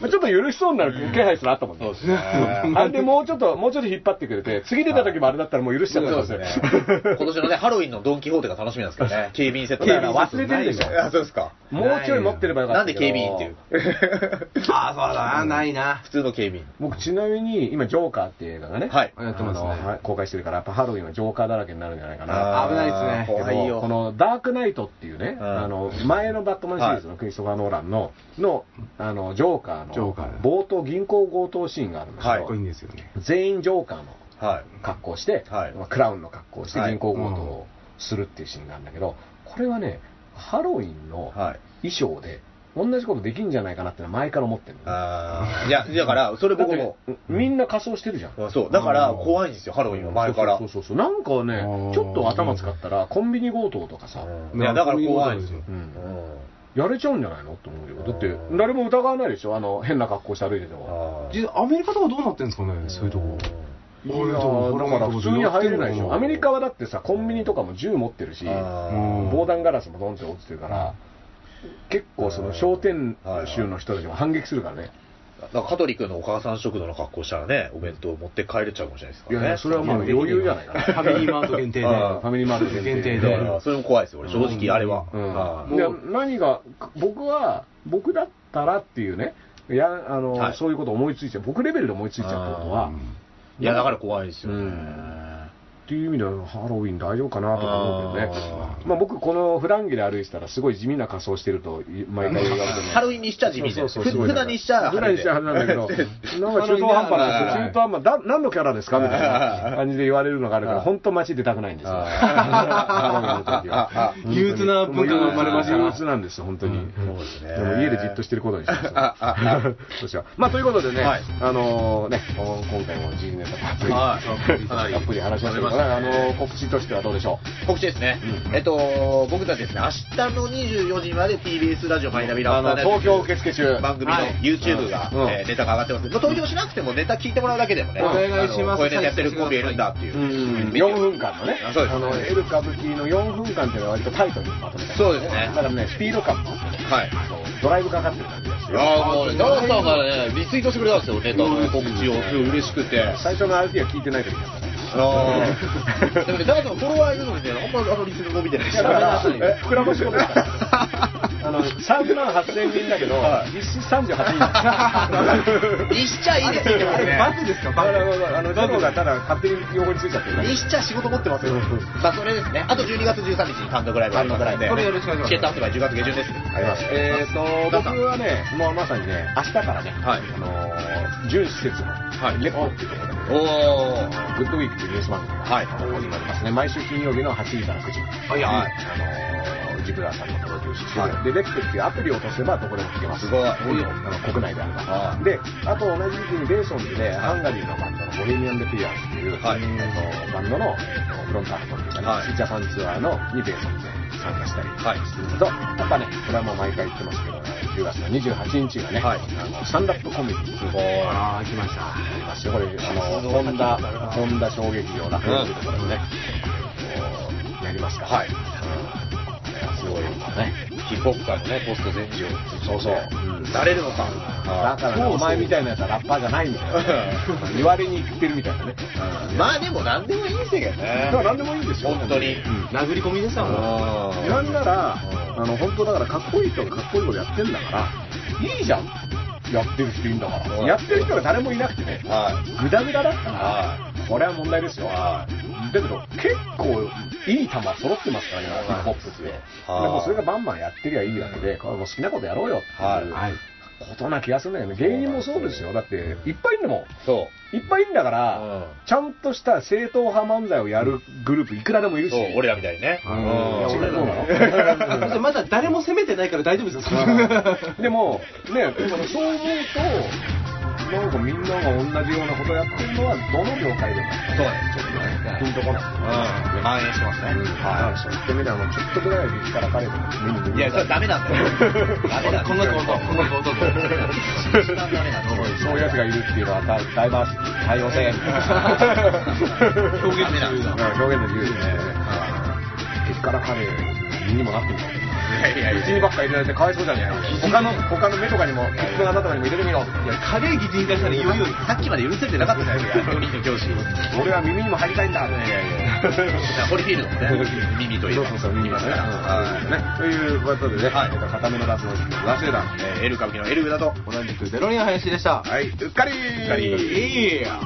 まあちょっと許しそうになる気配すらあったもんね。そうです [LAUGHS] ね。あれでもうちょっと、もうちょっと引っ張ってくれて、次出た時もあれだったらもう許しちゃったそんうでですすね [LAUGHS] 今ね。。年のね、ハロウィンのドン・キホーテが楽しみなんですけどね。警備員セット。警備員セッだトから忘れてるでしょ。あ、そうですか。もうちょい持ってればよかなっんたでけ警ど。備員って [LAUGHS] いう。ああ、そうだな、ないな。普通の警備員。僕ちなみに今、ジョーカーっていう映画がね、はいやってますねあのはい公開してるから、やっぱハロウィンはジョーカーだらけになるんじゃないかな。危ないですねあー怖いよ。このダークナイトっていうね、うんあの前のバットマンシリーズのクリストファー・ノーランののあのジョーカージョーのカー冒頭、銀行強盗シーンがあるんですはかっこいいけんですよね。ど、全員ジョーカーのはい。格好をして、はいまあクラウンの格好をして、はい銀行強盗をするっていうシーンがあるんだけど、これはね、ハロウィンのはい。衣装で、同じことできんじゃないかなってのは前から思ってるのねあーいや、だから、それ僕も。だってみんな仮装してるじゃん。うんそう。だから、怖いんですよ、ハロウィンは前からそう。そうそうそうなんかうねんちょっと頭使ったらコンビニ強盗とかさ、うんいや、だから怖いんですよ。うんうんやれちゃうんじゃないのと思うよだって誰も疑わないでしょあの変な格好して歩いててもあー実際アメリカとかどうなってんですかね、そういうとこ。いやーだから普通に入れないでしょアメリカはだってさコンビニとかも銃持ってるしあうん防弾ガラスもドンって落ちてるから結構その商店主の人たちも反撃するからねーだから香取君のお母さん食堂の格好したらね、お弁当持って帰れちゃうかもしれないですかいらやね。いやそれはもう余裕じゃないか [LAUGHS] ファミリーマート限定で。うんなファミリーマート限定限定だででからそれも怖いですよ、俺、正直、あれは。あうん、ーで何が僕は僕だったらっていうねやあの、はいそういうこと思いついちゃう僕レベルで思いついちゃったことは、あーいや、だから怖いですよね。うんっていう意味ではハロウィン大丈夫かなとか思うけどねあーまあ、僕このフランギで歩いてたらすごい地味な仮装してるとい毎回言われてねハロウィンにしちゃ地味で。そうそうふすごい普段にしちゃ普派段手にでしちゃ派手なんだけどなんか中途半端なんですよ中途半端だ何のキャラですかみたいな感じで言われるのがあるから本当街出たくないんですよハロウィンの時はあ本当に憂鬱な文化が生まれました憂鬱なんですよ本当に、そうですねでも家でじっとしてることにしましああ [LAUGHS] あた。私は。まあ、ということでね、はいあのね、お今回も12年たっぷり、はいかなりたっぷり話しましたけど、あの告知としてはどうでしょ告知ですね、えっと、僕たちですね、明日の24時まで TBS ラジオマイナビうラフあターの、ナイ東京受付中。番組のはい YouTube が、うんえーネタが上がってます。まあ投票しなくてもネタ聞いてもらうだけでもね、お願いしあのますこういうネタやってるコンビいるんだっていうう。ん、4分間のね、あそうですあの、エル歌舞伎の4分間っていうのは割とタイトにまとめた。そうですねだからね、スピード感も、はい。ドライブかかってる感じですいよ。やーもうね、ダンさんがね、リツイートしてくれたんですよ、ネタの告知を。すごい嬉しくて。最初の RT は聞いてない時だったね。あーでもね、ダンさんフォロワーいるのにね、あんまりあのリツイート伸びてないいし。やだから、ええ膨 [LAUGHS] らましことです [LAUGHS] から。あの、3万8000人だけど、実質38人。 [LAUGHS] にしちゃいいですよ、あね、れ、バズですか、だかバズ。ら、あの、ジェロがただ勝手に横についちゃってるだけにしちゃ仕事持ってますよ。まあ、それですね。あと12月13日に単独ライブありますので、これよろしくお願いしますチケット発売10月下旬です。あります。えっと、僕はね、もうまさにね、明日からね、はいあのー、準施設の、レポっていうところで、おー。グッドウィークというニュース番組がはい始まりますね。毎週金曜日の8時から9時。はいはいあのー、ジブラーさんのプロデュースしてる、はいで、レックっていうアプリを落とせばどこでも聞けます。すごいあの国内であれば。はいで、あと同じ時期にレーソンズで、ハンガリーのバンドのボリミアン・デ・ピアーズっていう、はいえっとバンドの、えっとフロンターレというかね、はいジャパンツアーのにレーソンズで参加したり。はい。と、やっぱね、これはもう毎回言ってますけど、10月の28日がね、はいあのスタンダップコメディー、ああ、来ました。ありますよこれ、あの、ホンダ、ホンダ衝撃場楽園というところでね、こうやりますから。はいうんこれはすごいね。ヒップホップ界のね、ポスト全治を。そうそう。なれるのか。だからね、お前みたいなやつはラッパーじゃないみたいな。言われに言ってるみたいなね。まあでも何でもいいんですけどね。だから何でもいいんですよ。本当に。うん殴り込みでしたもん。あなんなら、あの、本当だから、かっこいい人がかっこいいことやってんだから、いいじゃん。やってる人いいんだから。うんやってる人が誰もいなくてね、ーはい。グダグダだったはら、これは問題ですよ。だはけど、結構いい球揃ってますからね、ヒップホップって。ではいもそれがバンバンやってりゃいいだけで、これもう好きなことやろうよっていうはい。 [LAUGHS] ことな気がするんだけど、芸人もそうですよ。だって、いっぱいいるんだもそん。いっぱいいるんだかう。うら、ん。ちゃんとした正統派漫才をやるグループいくらでもいるし。そう、俺らみたいにね。ううんんいや俺らもだってまだ誰も攻めてないから大丈夫ですよ、 [LAUGHS] でも、ね、でもそう思うと、なんかみんなが同じようなことやってるのは、どの業界でも。そうです。ねピンとこなうん。い。蔓延してますね。はい。そう言ってみれば、もうちょっとぐらい激辛カレーとか目に見えいや、それはダメなんだよ。ダメなんだよ。こんなこと、こんなこと。一番ダメなんだよ。そういうやつがいるっていうのはダダイバーシティ、多様性。 [LAUGHS] 表現ダメな自由んだよだ。うん表現の自由ですね。激辛カレーにもなってみたい。いやいやいやうちにばっか入れられてかわいそうじゃねえの他の、他の目とかにも、キツの穴とかにも入れてみろ。いや、カレー擬人化したらいよいよさっきまで許されてなかったじゃないですか、4人の教師。俺は耳にも入りたいんだ。いやいやいや [LAUGHS] ホリフィールドもね、耳といえそうばそうそう、耳がね。はいね。ということでね、はい今回片目のラスのラスエダン。えーエル歌舞伎のエルだと。同じくゼロ人林でした。はい、うっかりーうっかりいいや。